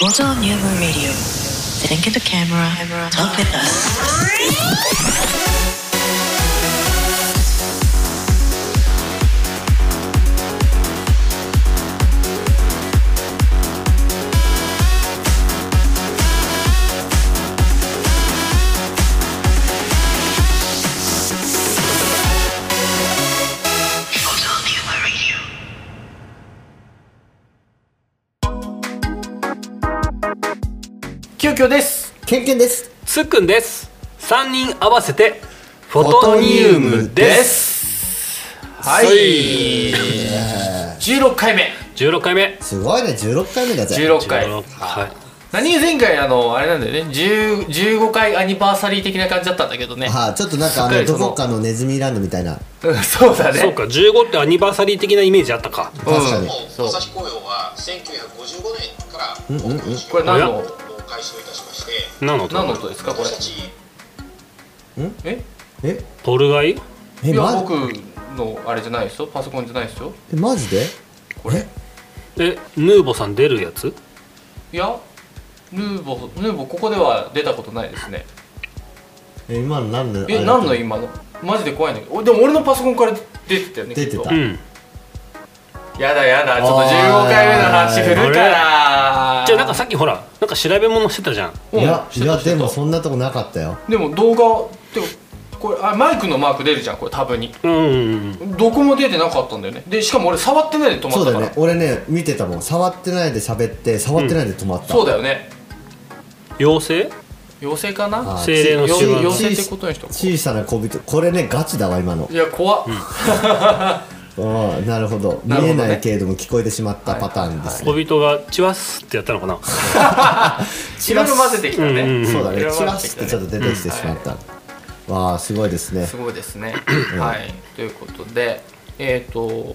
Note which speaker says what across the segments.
Speaker 1: Gozo Nuevo Radio. Didn't get the camera. Talk with us.
Speaker 2: 急遽です
Speaker 3: ケンケンです。
Speaker 4: つっくんです3人合わせてフォトニウムです
Speaker 2: はい16回目
Speaker 4: 16回目
Speaker 3: すごいね、16回目だぜ。
Speaker 2: 16回
Speaker 4: はい
Speaker 2: 何前回あのあれなんだよね10 15回アニバーサリー的な感じだったんだけどね
Speaker 3: はあ、ちょっとなんかあ
Speaker 2: すっか
Speaker 3: の
Speaker 2: りそ
Speaker 3: ど
Speaker 2: の
Speaker 3: こかのネズミランドみたいな。
Speaker 2: うん そうだね
Speaker 4: そうか15ってアニバーサリー的なイメージあったか
Speaker 3: 確かに。
Speaker 2: そう
Speaker 5: 朝日紅葉は1955年から
Speaker 3: うんうんうん
Speaker 2: これ何の
Speaker 5: 開始をいたしまして
Speaker 4: なの
Speaker 2: 何の音ですかこれ
Speaker 5: 私たち
Speaker 2: え
Speaker 3: え、
Speaker 4: ポルガイ
Speaker 3: え、
Speaker 2: いや
Speaker 3: ま
Speaker 2: 僕、のあれじゃないですよパソコンじゃないですよ
Speaker 3: えマジで
Speaker 2: これ
Speaker 4: えヌーボさん出るやつ
Speaker 2: いやヌーボヌーボここでは出たことないですね
Speaker 3: え、今の何の
Speaker 2: え何の今のマジで怖いんだけどおでも俺のパソコンから出てたよね
Speaker 3: 出てた
Speaker 2: きっ
Speaker 4: うん
Speaker 2: とやだやだちょっと15回目の話振るから
Speaker 4: じゃあなんかさっきほらなんか調べ物してたじゃん
Speaker 3: いや、
Speaker 2: うん
Speaker 3: いや、でも
Speaker 2: して
Speaker 3: そんなとこなかったよ。
Speaker 2: たでも動画ってこれあマイクのマーク出るじゃんこれタブに
Speaker 4: うんうんうん
Speaker 2: どこも出てなかったんだよねでしかも俺触ってないで止ま
Speaker 3: そう
Speaker 2: った
Speaker 3: だ
Speaker 2: か
Speaker 3: よ
Speaker 2: ら
Speaker 3: ね、俺ね、見てたもん。触ってないで喋って、触ってないで止まった。
Speaker 2: そうだよね
Speaker 4: 妖精
Speaker 2: 妖精かな
Speaker 3: あ
Speaker 4: 精霊の手
Speaker 2: よよ
Speaker 4: 腕
Speaker 2: 妖精ってことにしとこう
Speaker 3: 小さな小人。これね、ガチだわ、今の
Speaker 2: い。や怖っ、
Speaker 3: うん、なるほど。見
Speaker 2: なるほ
Speaker 3: え
Speaker 2: どね
Speaker 3: ないけれども聞こえてしまったパターンですね。
Speaker 4: 小人がチワスってやったのかな
Speaker 2: いろいろ混ぜてきたね、
Speaker 4: うんうんん
Speaker 3: そうだ
Speaker 2: い
Speaker 3: ね
Speaker 2: ろい、ろ
Speaker 3: チ
Speaker 2: 混
Speaker 3: ラ
Speaker 2: ぜてき
Speaker 3: ッて
Speaker 2: たね
Speaker 3: ちょっと出てきてしまった。わあ、すごいですね
Speaker 2: す。ごいですねはいということでえっ、ー、と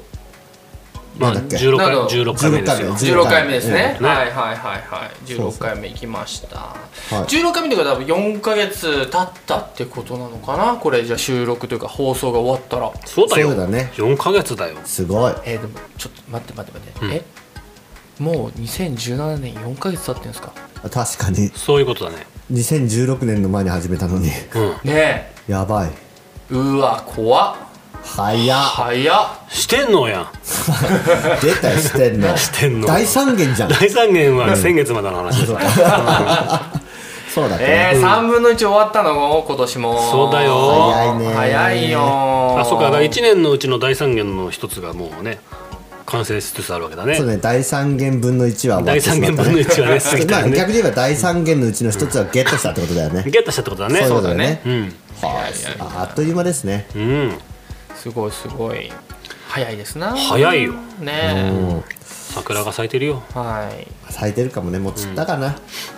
Speaker 4: まあ
Speaker 3: なんだっけ
Speaker 4: 16
Speaker 2: なる
Speaker 4: 回
Speaker 2: ほど
Speaker 4: 16回目ですよ
Speaker 3: 16
Speaker 2: 16回目ですね、
Speaker 4: うんね
Speaker 2: はいはいはいはい
Speaker 3: そう
Speaker 2: 16
Speaker 3: そう
Speaker 2: 回目いきました、
Speaker 3: い
Speaker 2: 16回目というか多分4ヶ月経ったってことなのかなこれじゃあ収録というか放送が終わったら
Speaker 4: そうだよ
Speaker 3: そうだね
Speaker 4: 4ヶ月だよ
Speaker 3: すごい。
Speaker 2: えー、でもちょっと待って待って待って、えもう2017年4ヶ月経ってんですか
Speaker 3: 確かに。
Speaker 4: そういうことだね
Speaker 3: 2016年の前に始めたのに
Speaker 4: うん
Speaker 2: ねえ
Speaker 3: やばいう
Speaker 2: わ怖っ
Speaker 3: 早っ
Speaker 2: 早っ
Speaker 4: してん のやん
Speaker 3: 出たよしてんの
Speaker 4: してんの
Speaker 3: 大三元じゃん
Speaker 4: 第三元は先月までの話 ですね
Speaker 3: そうだった
Speaker 2: えー、
Speaker 3: ね、
Speaker 2: 3分の1終わったの今年も
Speaker 4: そうだよ
Speaker 3: 早いね
Speaker 2: 早いよ
Speaker 4: あそうかだから
Speaker 2: 一
Speaker 4: 1年のうちの第三元の一つがもうね完成しつつあるわけだね
Speaker 3: そうね第三元分の1は終わっ
Speaker 4: 第
Speaker 3: てしま
Speaker 4: 三
Speaker 3: った、ね、
Speaker 4: 元分の1はね過ぎた
Speaker 3: ま
Speaker 4: よ
Speaker 3: あ逆
Speaker 4: ね
Speaker 3: に言えば第三元のうちの1つはゲットしたってことだよね
Speaker 4: ゲットしたってことだね
Speaker 3: そういうこ
Speaker 4: う
Speaker 3: とだよね
Speaker 4: ん
Speaker 3: はい
Speaker 2: いやいや
Speaker 3: ああっという間ですね
Speaker 4: うん
Speaker 2: すごいすごい早いですな
Speaker 4: 早いよ
Speaker 2: ね
Speaker 3: もう
Speaker 4: 桜が咲いてるよ
Speaker 2: えはい
Speaker 3: 咲いてるかもねもう散ったかな、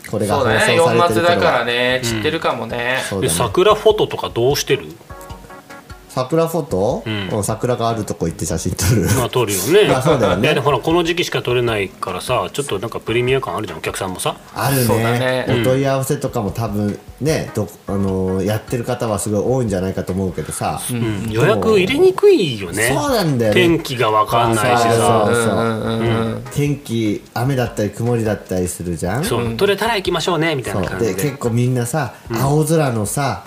Speaker 3: これが
Speaker 2: そ
Speaker 3: 放
Speaker 2: う
Speaker 3: 送
Speaker 2: だ
Speaker 3: されて
Speaker 2: ね
Speaker 3: る頃
Speaker 2: 4
Speaker 3: は
Speaker 2: 月だからね散ってるかもね、
Speaker 3: そう
Speaker 4: で
Speaker 3: だね
Speaker 4: 桜フォトとかどうしてる
Speaker 3: 桜フォト、
Speaker 4: ん
Speaker 3: うん桜があるとこ行って写真撮る
Speaker 4: まあ撮るよね
Speaker 3: まあそうだよね
Speaker 4: いやでもほらこの時期しか撮れないからさちょっとなんかプレミア感あるじゃんお客さんもさ
Speaker 3: ある
Speaker 2: そうだ
Speaker 3: ね
Speaker 2: ね
Speaker 3: お問い合わせとかも多分ねどこあのーやってる方はすごい多いんじゃないかと思うけどさ、
Speaker 4: うん予約入れにくいよね
Speaker 3: そうなんだよね
Speaker 4: 天気がわかんないし
Speaker 3: そう
Speaker 4: さ
Speaker 2: う
Speaker 3: そう
Speaker 2: んうんうんうん
Speaker 3: 天気雨だったり曇りだったりするじゃん
Speaker 4: そうう撮れたら行きましょうねみたいな感
Speaker 3: で
Speaker 4: じ
Speaker 3: 結
Speaker 4: で
Speaker 3: 構みんなさ、青空のさ、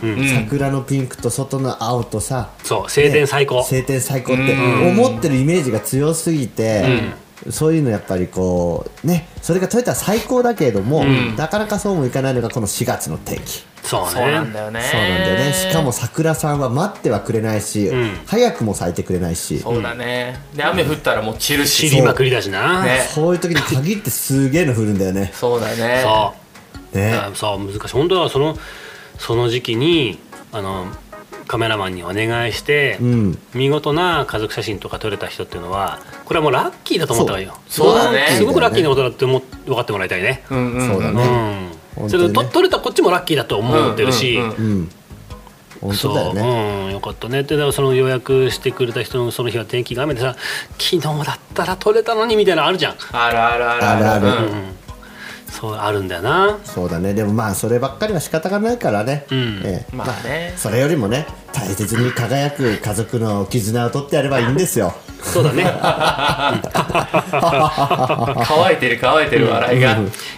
Speaker 3: 桜のピンクと外の青とさ、
Speaker 4: そう晴天最高
Speaker 3: 晴天最高って思ってるイメージが強すぎて、そういうのやっぱりこうねそれが取れたら最高だけれども、なかなかそうもいかないのがこの4月の天気。
Speaker 4: そう
Speaker 2: そうなん
Speaker 4: ね
Speaker 2: だよね
Speaker 3: そうなんだよね。しかも桜さんは待ってはくれないし、
Speaker 4: ん
Speaker 3: 早くも咲いてくれないし、そ
Speaker 2: そうだねで雨降ったらもう散るし
Speaker 4: 散りまくりだしな
Speaker 2: ね
Speaker 3: ういう時に限ってすげえの降るんだよね。
Speaker 2: そうだね
Speaker 4: そう
Speaker 3: ね。
Speaker 4: あそう難しい本当はそのその時期にあのカメラマンにお願いして、
Speaker 3: ん
Speaker 4: 見事な家族写真とか撮れた人っていうのはこれはもうラッキーだと思ったわよ
Speaker 2: そうだね
Speaker 4: すごくラッキーな
Speaker 3: な
Speaker 4: ことだって思分かってもらいたいね、
Speaker 2: うんうん
Speaker 3: そうだ
Speaker 4: う
Speaker 3: ね。
Speaker 4: ん
Speaker 3: 本当にね
Speaker 4: それと撮れたこっちもラッキーだと思ってるし、
Speaker 2: うんうんう
Speaker 3: うんん。本
Speaker 4: そ
Speaker 3: 当
Speaker 4: う
Speaker 3: だよね。
Speaker 4: うん、よかったねでだからその予約してくれた人のその日は天気が雨でさ昨日だったら撮れたのにみたいなのあるじゃん、
Speaker 2: あるあるある
Speaker 3: あるある
Speaker 2: うん
Speaker 4: うん、そうあるんだよな
Speaker 3: そうだねでもまあそればっかりは仕方がないからね、
Speaker 4: うん
Speaker 3: ええ
Speaker 2: まあね
Speaker 3: それよりもね大切に輝く家族の絆を取ってやればいいんですよ
Speaker 4: そうだねい や
Speaker 2: 乾いてる乾いてる笑いが、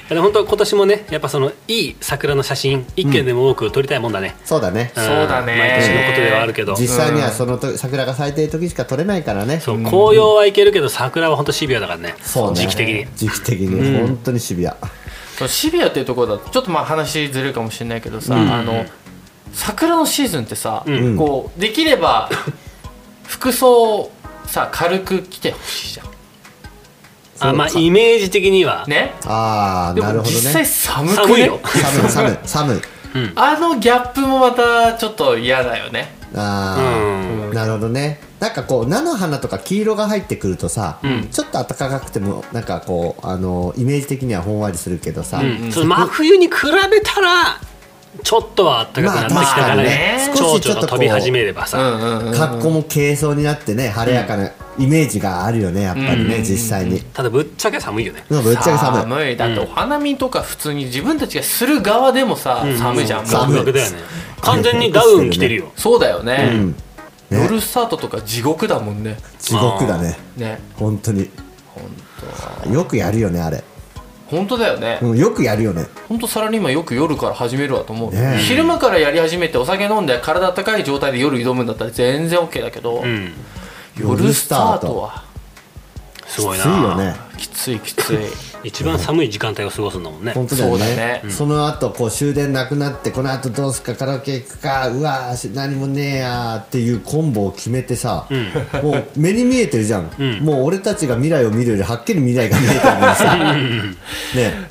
Speaker 4: でも本当今年もねやっぱそのいい桜の写真一件でも多く撮りたいもんだね、
Speaker 3: そうだね
Speaker 2: んそうだね
Speaker 4: 毎年のことではあるけど
Speaker 3: 実際にはそのと桜が咲いてる時しか取れないからね
Speaker 4: そう紅葉はいけるけど桜は本当シビアだからね
Speaker 3: そうね
Speaker 4: 時期的に
Speaker 3: 時期的に本当にシビア、
Speaker 2: そのシビアっていうところだとちょっとまあ話ずれるかもしれないけどさ、あの桜のシーズンってさ、
Speaker 4: うん
Speaker 2: こうできれば服装をさ軽く着てほしいじゃん
Speaker 4: あまあイメージ的には、
Speaker 2: ね
Speaker 3: ああ
Speaker 2: で
Speaker 3: なる
Speaker 2: も
Speaker 3: ほど
Speaker 2: 実際
Speaker 3: ね
Speaker 2: 寒くね
Speaker 4: 寒いよ
Speaker 3: 寒い寒い寒い
Speaker 2: あのギャップもまたちょっと嫌だよね
Speaker 4: う
Speaker 3: ああ、
Speaker 4: ん
Speaker 3: なるほどねなんかこう菜の花とか黄色が入ってくるとさ、
Speaker 4: ん
Speaker 3: ちょっと暖かくてもなんかこうあのイメージ的にはほんわりするけどさ、
Speaker 4: うんその真冬に比べたらちょっとは暖かくなってきたからね,、
Speaker 2: まあ確かにね
Speaker 4: 蝶々が飛び始めれば
Speaker 2: う
Speaker 4: さ、
Speaker 2: んうんうん
Speaker 3: 格好も軽装になってね晴れやかなイメージがあるよねやっぱりね、実際に、
Speaker 4: ただぶっちゃけ寒いよね
Speaker 3: でもぶっちゃけ寒い
Speaker 2: 寒いだってお花見とか普通に自分たちがする側でもさ、寒いじゃん、
Speaker 3: 寒い
Speaker 4: 極悪だよね完全にダウン着てるよ
Speaker 2: そうだよね,、
Speaker 3: うんね
Speaker 2: 夜スタートとか地獄だもんね
Speaker 3: 地獄だね
Speaker 2: ね
Speaker 3: 本当によくやるよねあれ、
Speaker 2: 本当だよね、
Speaker 3: うん、よくやるよね
Speaker 2: 本当サラリーマンよく夜から始めるわと思う、
Speaker 3: ねえ
Speaker 2: 昼間からやり始めてお酒飲んで体温かい状態で夜挑むんだったら全然 OK だけど、
Speaker 4: うん
Speaker 2: 夜スタートは
Speaker 4: すごい
Speaker 3: き
Speaker 4: な
Speaker 3: ついよね
Speaker 2: きついきつい
Speaker 4: 一番寒い時間帯を過ごすんだもん ね
Speaker 3: 本当だ
Speaker 2: そう
Speaker 3: よね
Speaker 2: だねうん
Speaker 3: その後こう終電なくなってこの後どうすかカラオケ行くかうわーし何もねえやーっていうコンボを決めてさ、もう目に見えてるじゃん、
Speaker 4: ん
Speaker 3: もう俺たちが未来を見るよりはっきり未来が見えてるからさね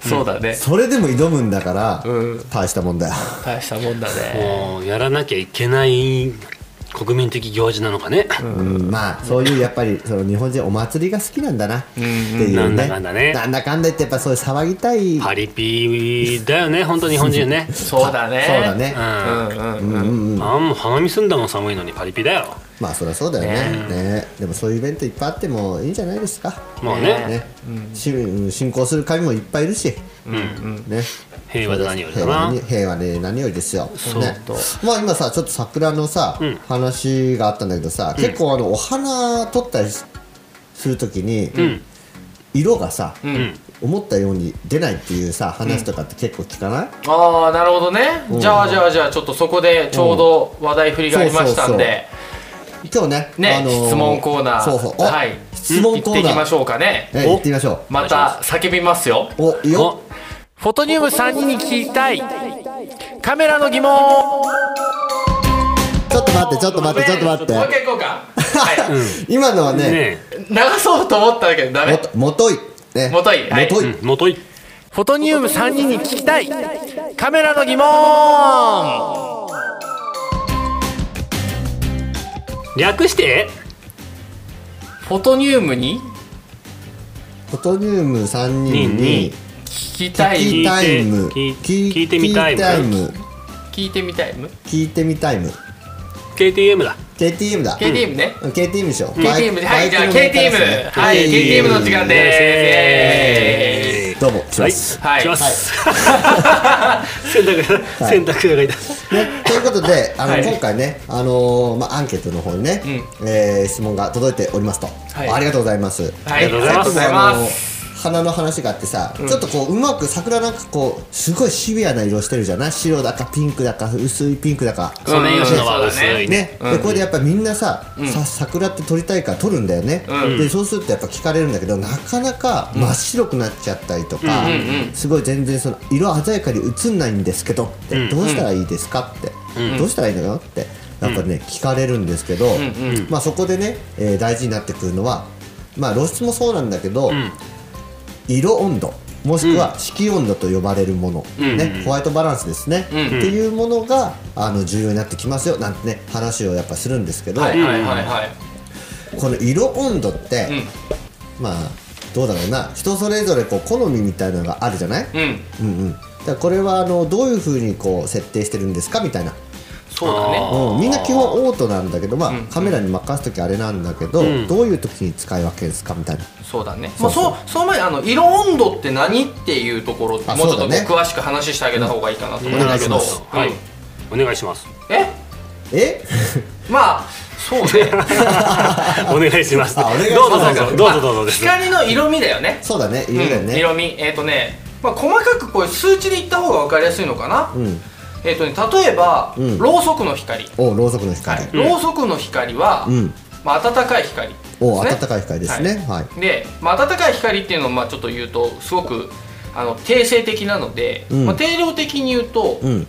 Speaker 2: そうだね、
Speaker 3: それでも挑むんだから、
Speaker 2: うん
Speaker 3: 大したもんだよ
Speaker 2: 大したもんだね
Speaker 4: もうやらなきゃいけない国民的行事なのかね、
Speaker 3: うん、まあそういうやっぱりその日本人お祭りが好きなんだなっていうね、
Speaker 4: なんだかんだね
Speaker 3: なんだかんだ言ってやっぱそういう騒ぎたい
Speaker 4: パリピだよね本当日本人ね
Speaker 2: そうだね
Speaker 3: そうだね、
Speaker 4: うん
Speaker 2: うんうん
Speaker 4: あんもう花見すんだもん寒いのにパリピだよ
Speaker 3: まあそりゃそうだよねねでもそういうイベントいっぱいあってもいいんじゃないですか
Speaker 4: もうね
Speaker 3: ね、しうん、進行する神もいっぱいいるし、ね、
Speaker 4: 平和で何よりだ
Speaker 3: 平和
Speaker 4: な
Speaker 3: に平和で何よりですよ、
Speaker 4: う
Speaker 3: ね、まあ今さちょっと桜のさ、話があったんだけどさ結構あのお花撮ったりしするときに、
Speaker 4: ん
Speaker 3: 色がさ、
Speaker 4: ん
Speaker 3: 思ったように出ないっていうさ話とかって結構聞かない、
Speaker 2: ああなるほどね、
Speaker 3: うん
Speaker 2: じゃあじゃあじゃあちょっとそこでちょうど話題振りがありましたんで、
Speaker 3: 今日ね
Speaker 2: ね、
Speaker 3: あの
Speaker 2: 質問コーナー
Speaker 3: そうそうお
Speaker 2: はい
Speaker 3: 質問コ
Speaker 2: 行
Speaker 3: ー
Speaker 2: って
Speaker 3: ナ
Speaker 2: いきま
Speaker 3: ー
Speaker 2: しょうかね
Speaker 3: え行ってみましょ
Speaker 2: また叫びますよ
Speaker 3: うおいいよ
Speaker 4: お
Speaker 2: フォトニウム3人に聞きたいカメラの疑問
Speaker 3: ちょっと待ってちょっと待ってちょっと待って
Speaker 2: もう一回行こうか、はい
Speaker 3: 今のはね
Speaker 4: ね
Speaker 2: 流そうと思ったけどダ
Speaker 3: も
Speaker 2: メ
Speaker 3: ともとい、ね、
Speaker 2: もといはい
Speaker 3: もとい
Speaker 4: えもとい
Speaker 2: フォトニウム3人に聞きたいカメラの疑問
Speaker 4: 略して
Speaker 2: フォトニウムに
Speaker 3: フォトニウム3人に
Speaker 4: に
Speaker 2: 聞きた
Speaker 3: 聞
Speaker 2: い
Speaker 3: きタイム
Speaker 4: 聞い聞いてみたい
Speaker 3: 聞タイム
Speaker 2: 聞いてみたいの
Speaker 3: 聞いてみたいム
Speaker 4: KTM だ
Speaker 3: KTM だ
Speaker 2: KTM ね、
Speaker 3: うん KTM でしょ
Speaker 2: KTM ではいじゃあ KTM はい KTM の時間ですイエーイ
Speaker 3: どうも来ます、
Speaker 2: はい
Speaker 4: 来ます、 洗濯洗洗濯屋がいた
Speaker 3: ね、ということであの、
Speaker 2: はい
Speaker 3: 今回ね、あのーまあ、アンケートの方にね、えー質問が届いておりますと、
Speaker 2: い
Speaker 3: ありがとうございます、
Speaker 2: はい
Speaker 4: ありがとうござ
Speaker 2: あ
Speaker 4: います
Speaker 2: りがとうございます
Speaker 3: す花の話があってさ、ちょっとこううまく桜なんかこうすごいシビアな色してるじゃない白だかピンクだか薄いピンクだか
Speaker 4: ソメイヨシノは
Speaker 2: そう
Speaker 4: 薄
Speaker 2: だね
Speaker 4: いね
Speaker 3: ね、でこれでやっぱりみんなさ,、さ桜って撮りたいから撮るんだよね、でそうするとやっぱ聞かれるんだけどなかなか真っ白くなっちゃったりとか、すごい全然その色鮮やかに映んないんですけどって、どうしたらいいですかって、どうしたらいいのよってやっぱね、聞かれるんですけど、まあ、そこでね、えー大事になってくるのは、まあ、露出もそうなんだけど、色温度もしくは色温度と呼ばれるもの、ね、ホワイトバランスですね、っていうものがあの重要になってきますよなんてね話をやっぱするんですけど、
Speaker 2: はいはいはいはい
Speaker 3: この色温度って、まあどうだろうな人それぞれこう好みみたいなのがあるじゃない、
Speaker 2: うん
Speaker 3: うんうんだからこれはあのどういうふうにこう設定してるんですかみたいな
Speaker 2: そうだね
Speaker 3: うん、みんな基本オートなんだけど、まあ
Speaker 2: うん
Speaker 3: カメラに任す時あれなんだけど、
Speaker 4: うん
Speaker 3: どういう時に使い分けですかみたいな
Speaker 2: そうだね
Speaker 3: そうそう
Speaker 2: まあ、そその前にあの色温度って何っていうところもうち
Speaker 3: あ
Speaker 2: ょっ
Speaker 3: そ
Speaker 2: と
Speaker 3: うだね
Speaker 2: 詳しく話してあげた方がいいかなと思うんだけど、
Speaker 3: お願いします
Speaker 4: はい
Speaker 2: うん、
Speaker 4: お願いします。
Speaker 2: え
Speaker 3: え
Speaker 2: まあ そうね
Speaker 4: お願いします。ど
Speaker 3: あお願いし
Speaker 4: う
Speaker 3: ま
Speaker 4: ぞどうぞどうぞどうぞです。
Speaker 2: 光の色味だよね
Speaker 3: そうだね色だよ
Speaker 2: うん
Speaker 3: ね、
Speaker 2: 色味えっ、とね、まあ、細かくこういう数値で言った方が分かりやすいのかな、
Speaker 3: うん
Speaker 2: えっ、とね例えば、
Speaker 3: うん
Speaker 2: ろうそくの光、
Speaker 3: おろうそくの光、
Speaker 2: はいろうそくの光は、
Speaker 3: うん
Speaker 2: まあ、暖かい光です、ね、
Speaker 3: お暖かい光ですねはい、
Speaker 2: で、まあ、暖かい光っていうのをまあちょっと言うとすごくあの定性的なので、
Speaker 3: うん
Speaker 2: まあ、定量的に言うと、
Speaker 3: うん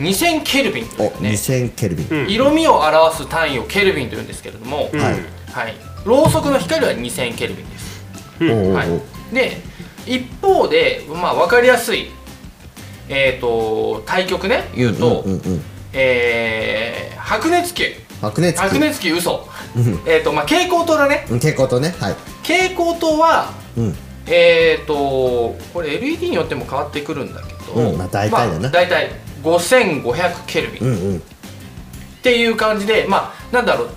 Speaker 2: 2000ケルビンと
Speaker 3: お、
Speaker 2: いうね
Speaker 3: 2000ケルビン、
Speaker 4: うん
Speaker 2: 色味を表す単位をケルビンというんですけれども、
Speaker 4: うん
Speaker 3: はい
Speaker 2: はい、ろうそくの光は2000ケルビンです、
Speaker 4: うん
Speaker 3: おうおうおう
Speaker 2: はい、で一方で、まあ、分かりやすい、えー、と対極ね言うと、
Speaker 3: うんうんうん
Speaker 2: えー白熱球
Speaker 3: 白熱
Speaker 2: 白
Speaker 3: 球
Speaker 2: 熱球嘘
Speaker 3: うん
Speaker 2: えっ、とまあ蛍光灯だね
Speaker 3: うん蛍光灯ねはい
Speaker 2: 蛍光灯は
Speaker 3: うん
Speaker 2: えー、とこれ LED によっても変わってくるんだけど、
Speaker 3: うんまあ大体だね
Speaker 2: まあ大体5500ケルビン、
Speaker 3: う
Speaker 2: っ
Speaker 3: んうん
Speaker 2: ていう感じでまあなんだろう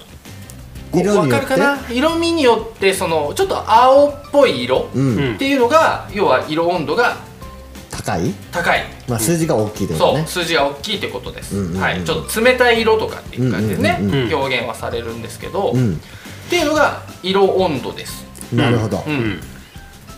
Speaker 2: こう
Speaker 3: 色
Speaker 2: わ
Speaker 3: によ
Speaker 2: か
Speaker 3: っ
Speaker 2: る
Speaker 3: て
Speaker 2: かな色味によってそのちょっと青っぽい色
Speaker 3: う
Speaker 4: うんん
Speaker 2: っていうのが、要は色温度が
Speaker 3: 高い
Speaker 2: 高い、
Speaker 3: まあ数字が大きいというこ
Speaker 2: そ
Speaker 3: と
Speaker 2: う、
Speaker 3: ね
Speaker 2: 数字が大きいってことです、
Speaker 3: うんうんうん
Speaker 2: はい、ちょっと冷たい色とかっていう感じでね、
Speaker 3: うんうん
Speaker 4: うんうん
Speaker 2: 表現はされるんですけど、
Speaker 3: う
Speaker 2: っ
Speaker 3: ん
Speaker 2: ていうのが色温度です、
Speaker 3: なるほど、
Speaker 2: うん
Speaker 4: うん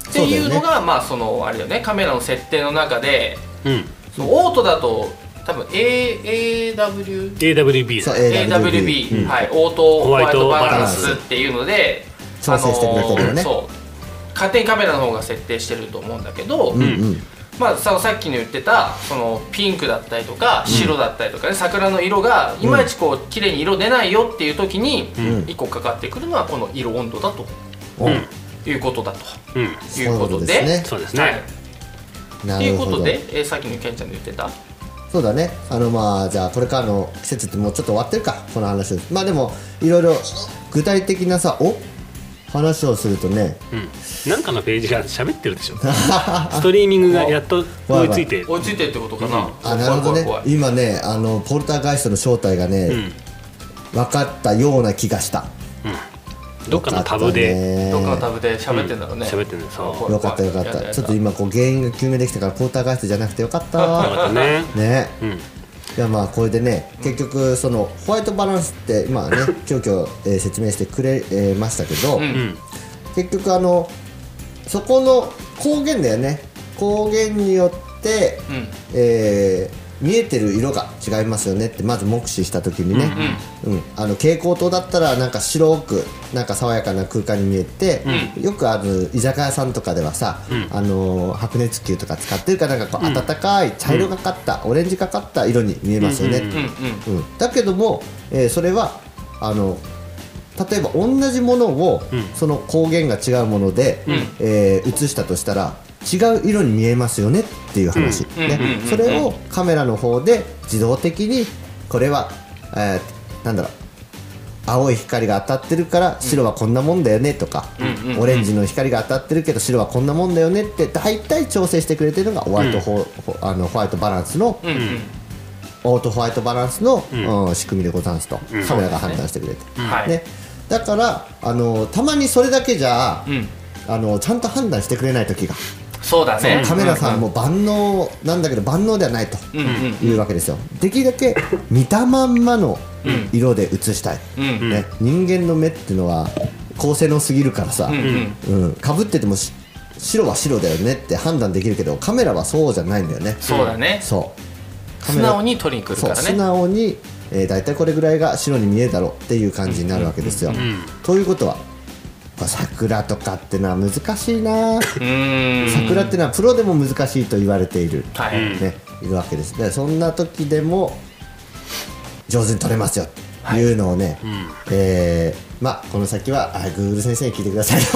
Speaker 2: っていうのがまあそのあれだよねカメラの設定の中で
Speaker 4: うん。
Speaker 2: そのオートだと多分 AAW
Speaker 4: AWB
Speaker 3: そう
Speaker 2: AWB、
Speaker 3: AWB
Speaker 2: はい、オートホ
Speaker 4: ホ
Speaker 2: ワ
Speaker 4: ワ
Speaker 2: イ
Speaker 4: イ
Speaker 2: ト
Speaker 4: ト
Speaker 2: バ
Speaker 4: バ
Speaker 2: ラ
Speaker 4: ラ
Speaker 2: ン
Speaker 4: ン
Speaker 2: ス
Speaker 4: ス
Speaker 2: っていうので
Speaker 3: 調整してくれてるよ
Speaker 2: あのー
Speaker 3: ね
Speaker 2: そう勝手にカメラの方が設定してると思うんだけど、
Speaker 3: うんうん
Speaker 2: まあ、ささっきの言ってたそのピンクだったりとか白だったりとかね、桜の色がいまいちこう綺麗に色出ないよっていう時に
Speaker 3: ん
Speaker 2: 1個かかってくるのはこの色温度だと
Speaker 3: お
Speaker 4: うん
Speaker 2: いうことだと
Speaker 4: うん。
Speaker 2: いうことで。
Speaker 3: そういうことですね
Speaker 4: そうです
Speaker 2: はい
Speaker 4: ね。
Speaker 3: な
Speaker 2: ってい
Speaker 3: る
Speaker 2: うこ
Speaker 3: ほ
Speaker 2: と
Speaker 3: ど
Speaker 2: で、えーさっきのケンちゃんの言ってた
Speaker 3: そうだねあのまあじゃあこれからの季節ってもうちょっと終わってるかこの話まあでもいろいろ具体的なさお話をするとね
Speaker 4: うん。なんかのページが喋ってるでしょ。ストリーミングがやっと追いついて。
Speaker 2: 追いついてってことかな、
Speaker 3: あなるほど
Speaker 2: 怖
Speaker 3: ね
Speaker 2: い怖い怖い
Speaker 3: 今ねあのポルターガイストの正体がね、
Speaker 4: うん。
Speaker 3: 分かったような気がした
Speaker 4: どっかのタブで
Speaker 2: どっかの
Speaker 3: よ
Speaker 2: タブで喋ってんだろうね、
Speaker 4: 喋ってるんですよ。
Speaker 3: かったよかっ
Speaker 2: やだや
Speaker 3: た
Speaker 2: だ
Speaker 3: ちょっと今こう原因が究明できたからポルターガイストじゃなくてよかっ
Speaker 4: よかったたね。
Speaker 3: ね
Speaker 4: うん。
Speaker 3: いやまあこれでね結局そのホワイトバランスってまあね急遽、えー説明してくれ、えーましたけど、
Speaker 2: うん
Speaker 4: うん。
Speaker 3: 結局あのそこの光源だよね光源によって、
Speaker 2: うん
Speaker 3: えー見えてる色が違いますよねってまず目視した時にね、うんあの蛍光灯だったらなんか白くなんか爽やかな空間に見えて、よくある居酒屋さんとかではさ、あのー白熱球とか使ってるからなんかこう暖かい茶色がかった、オレンジがかった色に見えますよね、
Speaker 2: うんうん
Speaker 3: うん、だけども、えーそれはあの例えば同じものを、
Speaker 4: ん
Speaker 3: その光源が違うもので、えー映したとしたら違う色に見えますよねっていう話、
Speaker 2: ん
Speaker 3: ね
Speaker 2: うんうんうん
Speaker 3: それをカメラの方で自動的にこれは、えーなんだろう青い光が当たってるから白はこんなもんだよねとか、
Speaker 2: うんうんうん
Speaker 3: オレンジの光が当たってるけど白はこんなもんだよねって大体調整してくれてるのがホワイトホ、ホあのホワイトバランスの
Speaker 2: うんうんうん
Speaker 3: オートホワイトバランスの、
Speaker 4: ん
Speaker 3: うん仕組みでござんすと、
Speaker 4: ん
Speaker 3: カメラが判断してくれて、
Speaker 2: はい、
Speaker 3: ね、だからあのたまにそれだけじゃ、
Speaker 2: うん
Speaker 3: あのちゃんと判断してくれない時が、
Speaker 2: そうだね
Speaker 3: カメラさんも万能なんだけど万能ではないと
Speaker 2: うんうん
Speaker 3: いうわけですよできるだけ見たまんまの色で映したい、
Speaker 2: うんうん
Speaker 3: ね、人間の目ってのは高性能すぎるから
Speaker 2: う
Speaker 3: さ、
Speaker 2: ん
Speaker 3: うん、かぶっててもし白は白だよねって判断できるけどカメラはそうじゃないんだよね
Speaker 2: そうだね
Speaker 3: そうカ
Speaker 2: 素
Speaker 3: メラ
Speaker 2: 直に取りに来るか
Speaker 3: そう
Speaker 2: ら
Speaker 3: 素
Speaker 2: ね
Speaker 3: 直に、えー、大体これぐらいが白に見えるだろうっていう感じになるわけですよ。ということはこれ桜とかってのは難しいな
Speaker 2: うーん
Speaker 3: 桜ってのはプロでも難しいと言われている、
Speaker 2: はい、
Speaker 4: うん
Speaker 3: ね、いるわけですでそんな時でも上手に撮れますよっていうのをね、えーまあこの先はあ Google 先生に聞いてください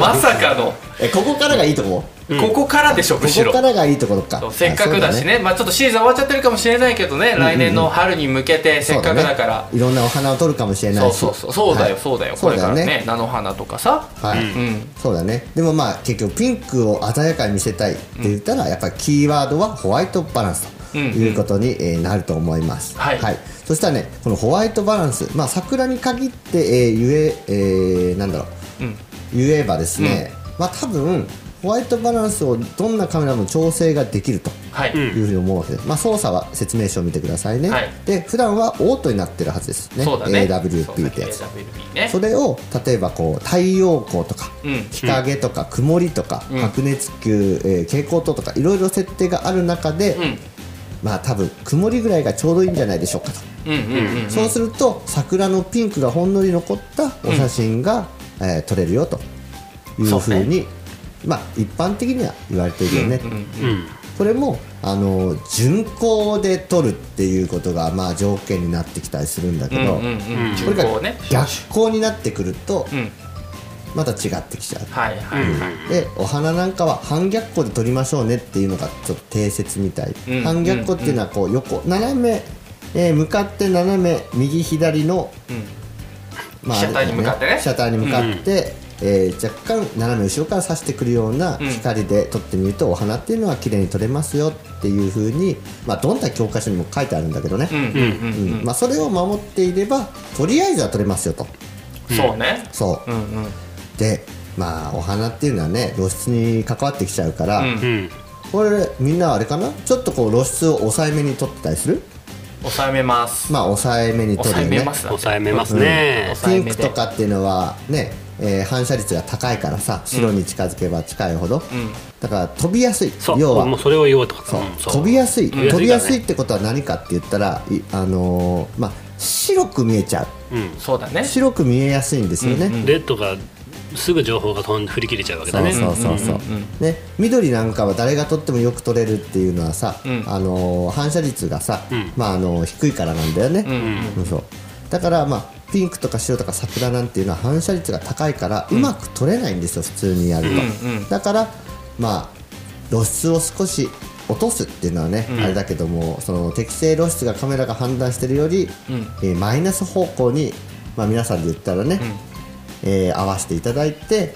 Speaker 2: まさかの
Speaker 3: えここからがいいとこ
Speaker 2: ここからでしょ
Speaker 3: こ
Speaker 2: むし
Speaker 3: こ
Speaker 2: ろ
Speaker 3: からがいいところか
Speaker 2: そうせっかくだしねまあちょっとシーズン終わっちゃってるかもしれないけどね、来年の春に向けてせっかくだから
Speaker 3: いろんなお花を撮るかもしれな
Speaker 2: そ
Speaker 3: いうし
Speaker 2: そうそうそうだよ、
Speaker 3: はい
Speaker 2: そうだよ
Speaker 3: そ
Speaker 2: こ
Speaker 3: う
Speaker 2: れ
Speaker 3: だ
Speaker 2: か
Speaker 3: よ
Speaker 2: ら
Speaker 3: ね
Speaker 2: ね菜の花とかさ
Speaker 3: はい
Speaker 2: うん
Speaker 3: そうだねでもまあ結局ピンクを鮮やかに見せたいって言ったら、やっぱりキーワードはホワイトバランスということにえーなると思います、
Speaker 2: はい
Speaker 3: そしたらねこのホワイトバランス、まあ、桜に限って、えー言ええーなんだろう
Speaker 2: うん
Speaker 3: 言えばですね、まあ多分ホワイトバランスをどんなカメラも調整ができると
Speaker 2: はい、
Speaker 4: うん
Speaker 3: いうふうに思うわけです、まあ、操作は説明書を見てくださいね、
Speaker 2: はい
Speaker 3: で普段はオートになってるはずですね
Speaker 2: そうだね
Speaker 3: AWP ってやつ
Speaker 2: そうだ AWP ね
Speaker 3: それを例えばこう太陽光とか、
Speaker 2: うん
Speaker 3: 日陰とか曇りとか、
Speaker 2: うん
Speaker 3: 白熱球、えー蛍光灯とかいろいろ設定がある中で、
Speaker 2: うん
Speaker 3: まあ多分曇りぐらいがちょうどいいんじゃないでしょうかと、
Speaker 2: うんうんうんうん
Speaker 3: そうすると桜のピンクがほんのり残ったお写真が、えー撮れるよというふうにまあ一般的には言われているよね、
Speaker 4: うん
Speaker 3: これもあの巡航で撮るっていうことがまあ条件になってきたりするんだけど、
Speaker 2: うんうんうん
Speaker 3: こ
Speaker 2: 巡
Speaker 3: れが
Speaker 2: 航ね
Speaker 3: 逆光になってくると
Speaker 2: うん
Speaker 3: また違ってきちゃう。
Speaker 2: はいはいはい
Speaker 3: でお花なんかは反逆光で撮りましょうねっていうのがちょっと定説みたい、
Speaker 2: うん
Speaker 3: 反逆光っていうのはこう横斜め、えー向かって斜め右左の、
Speaker 2: うん
Speaker 3: ま
Speaker 2: 被写体に向かってね
Speaker 3: あれだよ被写体に向かって、えー若干斜め後ろから差してくるような
Speaker 2: うん
Speaker 3: 光で撮ってみると、お花っていうのは綺麗に撮れますよっていう風にまあどんな教科書にも書いてあるんだけどね、
Speaker 2: うんうんうん
Speaker 3: うんまあ、それを守っていればとりあえずは撮れますよと
Speaker 2: うんそうね
Speaker 3: そう
Speaker 2: う、んうん
Speaker 3: でまあお花っていうのはね露出に関わってきちゃうから、
Speaker 2: うん
Speaker 4: うん
Speaker 3: これみんなあれかなちょっとこう露出を抑えめに取ってたりする
Speaker 2: 抑えめます
Speaker 3: まあ抑えめに取る
Speaker 2: 抑
Speaker 3: よ
Speaker 2: えめ
Speaker 3: ね
Speaker 2: ますだって
Speaker 4: 抑えめますね
Speaker 2: 抑
Speaker 3: ピ
Speaker 2: え
Speaker 3: ン
Speaker 2: め
Speaker 3: ク
Speaker 2: で
Speaker 3: とかっていうのはね、えー反射率が高いからさ白に近づけば近いほど、
Speaker 2: ん
Speaker 3: だから飛びやすい
Speaker 4: そう
Speaker 3: 要は
Speaker 4: もうそれを言おうってこと
Speaker 3: そう
Speaker 4: だうんそう
Speaker 3: 飛びやすい
Speaker 4: 飛びやすい
Speaker 3: 飛びやすいってことは何かって言ったらいあのーまあ白く見えちゃう
Speaker 4: うん
Speaker 2: そうだね
Speaker 3: 白く見えやすいんですよね、
Speaker 4: レッドがすぐ情報が飛ん振り切れちゃうわけだ
Speaker 3: そう
Speaker 4: ね
Speaker 3: そうそうそう、
Speaker 2: うんうんうん
Speaker 3: ね、緑なんかは誰が撮ってもよく撮れるっていうのはさ、
Speaker 2: うん
Speaker 3: あのー反射率がさ、
Speaker 4: うん
Speaker 3: まあ、あのー低いからなんだよね、
Speaker 2: うんうん
Speaker 3: うんそうだから、まあ、ピンクとか白とか桜なんていうのは反射率が高いからうまく撮れないんですよ、普通にやると、
Speaker 2: うんうん
Speaker 3: だから、まあ、露出を少し落とすっていうのはね、あれだけどもその適正露出がカメラが判断してるより、
Speaker 2: うん
Speaker 3: えーマイナス方向に、まあ、皆さんで言ったらね、えー合わせていただいて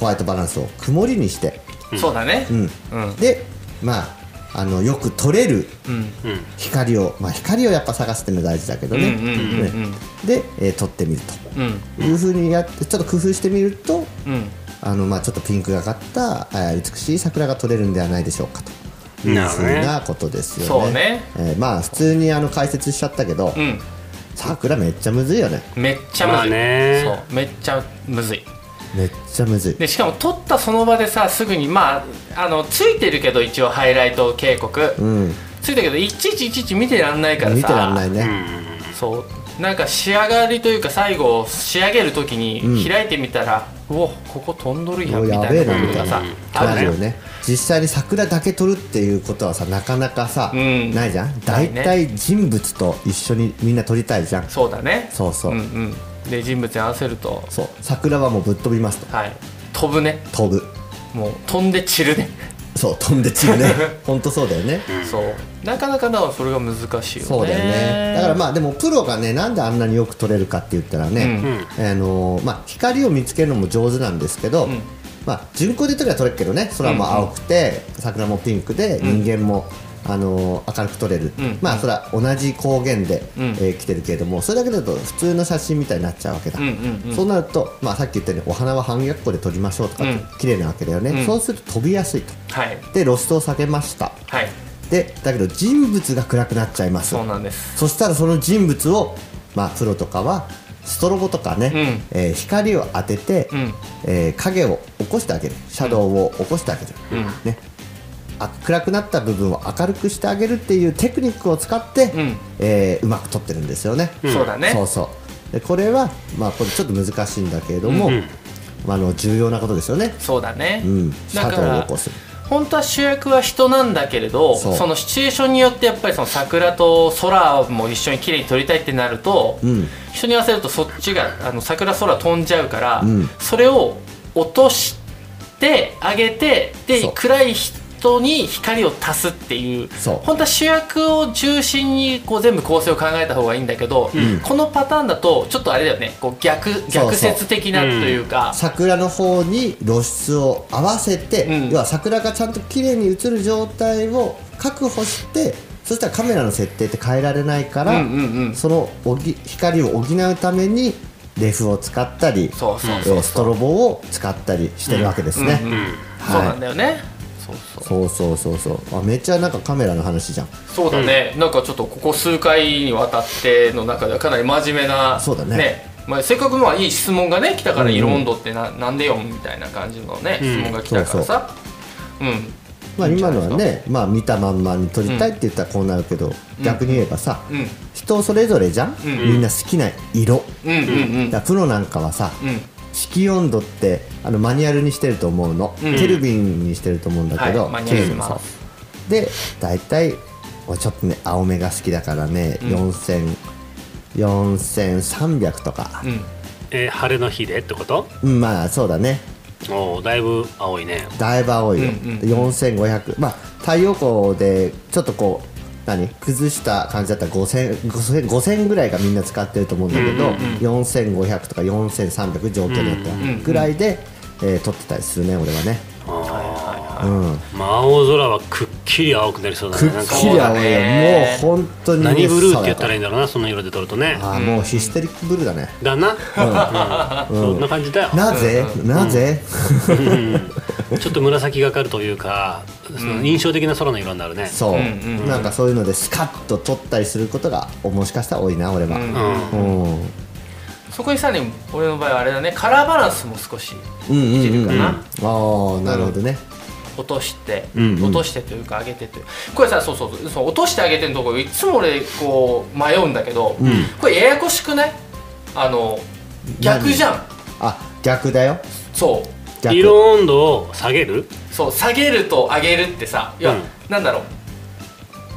Speaker 3: ホワイトバランスを曇りにして、
Speaker 2: そうだね
Speaker 3: うん
Speaker 2: うん
Speaker 3: で、まあ、あのよく撮れる
Speaker 2: うん
Speaker 4: うん
Speaker 3: 光を、まあ、光をやっぱ探すっていうのが大事だけどね、
Speaker 2: うんうんうんうん
Speaker 3: ねで、えー撮ってみる
Speaker 2: うん
Speaker 3: というふうにやってちょっと工夫してみると
Speaker 2: うん
Speaker 3: あの、まあ、ちょっとピンクがかったえー美しい桜が撮れるんではないでしょうかと。いう
Speaker 4: なるほ
Speaker 3: ふ
Speaker 4: ど
Speaker 3: う
Speaker 4: ね
Speaker 3: なことですよね。
Speaker 2: そうね
Speaker 3: えーまあ普通にあの解説しちゃったけど、
Speaker 2: うん
Speaker 3: 桜めっちゃむずいよね。
Speaker 2: めっちゃむずい、
Speaker 4: まあね
Speaker 2: そうめっちゃむずい
Speaker 3: めっちゃむずい。
Speaker 2: でしかも撮ったその場でさすぐにまああのついてるけど一応ハイライト警告、
Speaker 3: うん。
Speaker 2: ついてるけどいちいちいちいち見てらんないからさ
Speaker 3: 見てらんないね。
Speaker 2: そうなんか仕上がりというか最後仕上げる時に開いてみたら、うおここ飛んどるやん
Speaker 3: お
Speaker 2: み
Speaker 3: や
Speaker 2: た
Speaker 3: べえ
Speaker 2: い
Speaker 3: な
Speaker 2: なことがさ
Speaker 4: み
Speaker 2: あ
Speaker 3: あ
Speaker 2: る
Speaker 3: る
Speaker 2: ね
Speaker 3: よね実際に桜だけ撮るっていうことはさなかなかさ、
Speaker 2: うん
Speaker 3: ないじゃん
Speaker 2: ない
Speaker 3: 大
Speaker 2: ね
Speaker 3: 体人物と一緒にみんな撮りたいじゃん
Speaker 2: そうだね
Speaker 3: そうそう
Speaker 2: うんうん、で人物に合わせると
Speaker 3: そう桜はもうぶっ飛びますと
Speaker 2: はい飛ぶね
Speaker 3: 飛ぶ
Speaker 2: もう飛んで散 るね、
Speaker 3: そう飛んで散 るねほんとそうだよね
Speaker 2: そうなかなかだからそれが難しいよね
Speaker 3: そうだよねだからまあでもプロがねなんであんなによく撮れるかって言ったらね、
Speaker 2: うん
Speaker 3: あのーまあ、光を見つけるのも上手なんですけど、
Speaker 2: ん
Speaker 3: まあ、人工で撮れば撮れるけどね空も青くて、桜もピンクで人間も、あのー明るく撮れる、
Speaker 2: うん
Speaker 3: まあそれは同じ光源で、
Speaker 2: うん
Speaker 3: えー来てるけれどもそれだけだと普通の写真みたいになっちゃうわけだ、
Speaker 2: うんうんうん
Speaker 3: そうなると、まあ、さっき言ったようにお花は反逆光で撮りましょうとか、
Speaker 2: うん
Speaker 3: 綺麗なわけだよね、
Speaker 2: うん
Speaker 3: そうすると飛びやすいと
Speaker 2: はい
Speaker 3: で露出を避けました
Speaker 2: はい
Speaker 3: でだけど人物が暗くなっちゃいます
Speaker 2: そうなんです
Speaker 3: そしたらその人物を、まあ、プロとかはストロボとかね、えー光を当てて、
Speaker 2: うん
Speaker 3: えー影を起こしてあげるシャドウを起こしてあげる、
Speaker 2: うん
Speaker 3: ね、あ暗くなった部分を明るくしてあげるっていうテクニックを使って、うんえーうまく撮ってるんですよね。
Speaker 2: そうだね
Speaker 3: そうそうでこれは、まあ、これちょっと難しいんだけれども、まあ、あの重要なことですよね、
Speaker 2: そうだね、
Speaker 3: うん、シ
Speaker 2: だ
Speaker 3: ャ
Speaker 2: か
Speaker 3: ドウを
Speaker 2: ら
Speaker 3: 起こす。
Speaker 2: 本当は主役は人なんだけれど
Speaker 3: そう
Speaker 2: そのシチュエーションによってやっぱりその桜と空も一緒に綺麗に撮りたいってなると、
Speaker 3: ん
Speaker 2: 人に合わせるとそっちがあの桜空飛んじゃうから、
Speaker 3: ん
Speaker 2: それを落としてあげて
Speaker 3: そ
Speaker 2: で
Speaker 3: う
Speaker 2: 暗い人に光を足すっていう
Speaker 3: そう
Speaker 2: 本当は主役を中心にこう全部構成を考えた方がいいんだけど、このパターンだとちょっとあれだよねこう逆逆説的なというか。
Speaker 3: 桜の方に露出を合わせて、
Speaker 2: うん
Speaker 3: 要は桜がちゃんと綺麗に映る状態を確保してそしたらカメラの設定って変えられないから、
Speaker 2: うんうんうん
Speaker 3: そのおぎ光を補うためにレフを使ったり
Speaker 2: そうそうそう
Speaker 3: 要はストロボを使ったりしてるわけですね、
Speaker 2: うん
Speaker 4: うん
Speaker 2: そうなんだよね、そうそう
Speaker 3: そうそうそうそうあめっちゃなんかカメラの話じゃん
Speaker 2: そうだね、なんかちょっとここ数回にわたっての中ではかなり真面目な
Speaker 3: そうだね
Speaker 2: まあ、せっかくまあいい質問がね来たから
Speaker 3: うんうん
Speaker 2: 色温度ってな,、ん、なんでよみたいな感じのね、
Speaker 4: うん
Speaker 2: 質問が来たからさうん
Speaker 3: まあ
Speaker 2: いいんじゃ
Speaker 3: 今
Speaker 2: ない
Speaker 3: の
Speaker 2: ですか
Speaker 3: はね、まあ、見たまんまに撮りたいって言ったらこうなるけど、逆に言えばさ、
Speaker 2: うん
Speaker 3: 人それぞれじゃん、
Speaker 2: ん
Speaker 3: みんな好きな色、
Speaker 2: うんうんうん
Speaker 3: だからプロなんかはさ、
Speaker 2: うん
Speaker 3: 色温度ってあのマニュアルにしてると思うの、
Speaker 2: ん
Speaker 3: ケルビンにしてると思うんだけど、
Speaker 2: はいマニュアル
Speaker 3: ケルビン
Speaker 2: まあ
Speaker 3: そうで大体俺ちょっとね青目が好きだからね、4000 4300とか、
Speaker 2: うん
Speaker 4: えー晴れの日でってこと
Speaker 3: うんまあそうだね
Speaker 4: おーだいぶ青いね
Speaker 3: だいぶ青いよ、
Speaker 2: うんうん
Speaker 3: 4500まあ太陽光でちょっとこう何崩した感じだったら5000 5000 5000ぐらいがみんな使ってると思うんだけど、4500とか4300条件だったらぐらいで、えー撮ってたりするね俺はね、
Speaker 4: あー
Speaker 3: うん、
Speaker 4: まあ青空はくっきり青くなりそうだ
Speaker 3: く
Speaker 4: ね
Speaker 3: っ
Speaker 4: なんか
Speaker 3: きり青いよ、
Speaker 2: ね
Speaker 3: もう本当に
Speaker 4: 何ブルーって言ったら
Speaker 3: ね
Speaker 4: いいんだろうなその色で撮るとね
Speaker 3: ああもうヒステリックブルーだね、
Speaker 4: だな、うんそんな感じだよ
Speaker 3: なぜ、なぜ、
Speaker 4: うんちょっと紫がかるというか、その印象的な空の色になるね。
Speaker 3: そう、
Speaker 2: んうんうん
Speaker 3: なんかそういうのでスカッと撮ったりすることがもしかしたら多いな俺は、
Speaker 4: うん
Speaker 3: うん
Speaker 2: そこにさらに俺の場合はあれだねカラーバランスも少し
Speaker 3: うんうん
Speaker 2: い
Speaker 3: うん
Speaker 2: る
Speaker 3: うん
Speaker 2: か
Speaker 3: あ
Speaker 2: な、
Speaker 3: あなるほどね、
Speaker 2: 落として、
Speaker 3: んうん
Speaker 2: 落としてというか上げてというこれさそうそうそうその落として上げてのところいつも俺こう迷うんだけど、これややこしくないあの逆じゃん
Speaker 3: あ逆だよ
Speaker 2: そう
Speaker 3: 逆
Speaker 4: 色温度を下げる。
Speaker 2: そう下げると上げるってさいや、
Speaker 4: うん
Speaker 2: なんだろう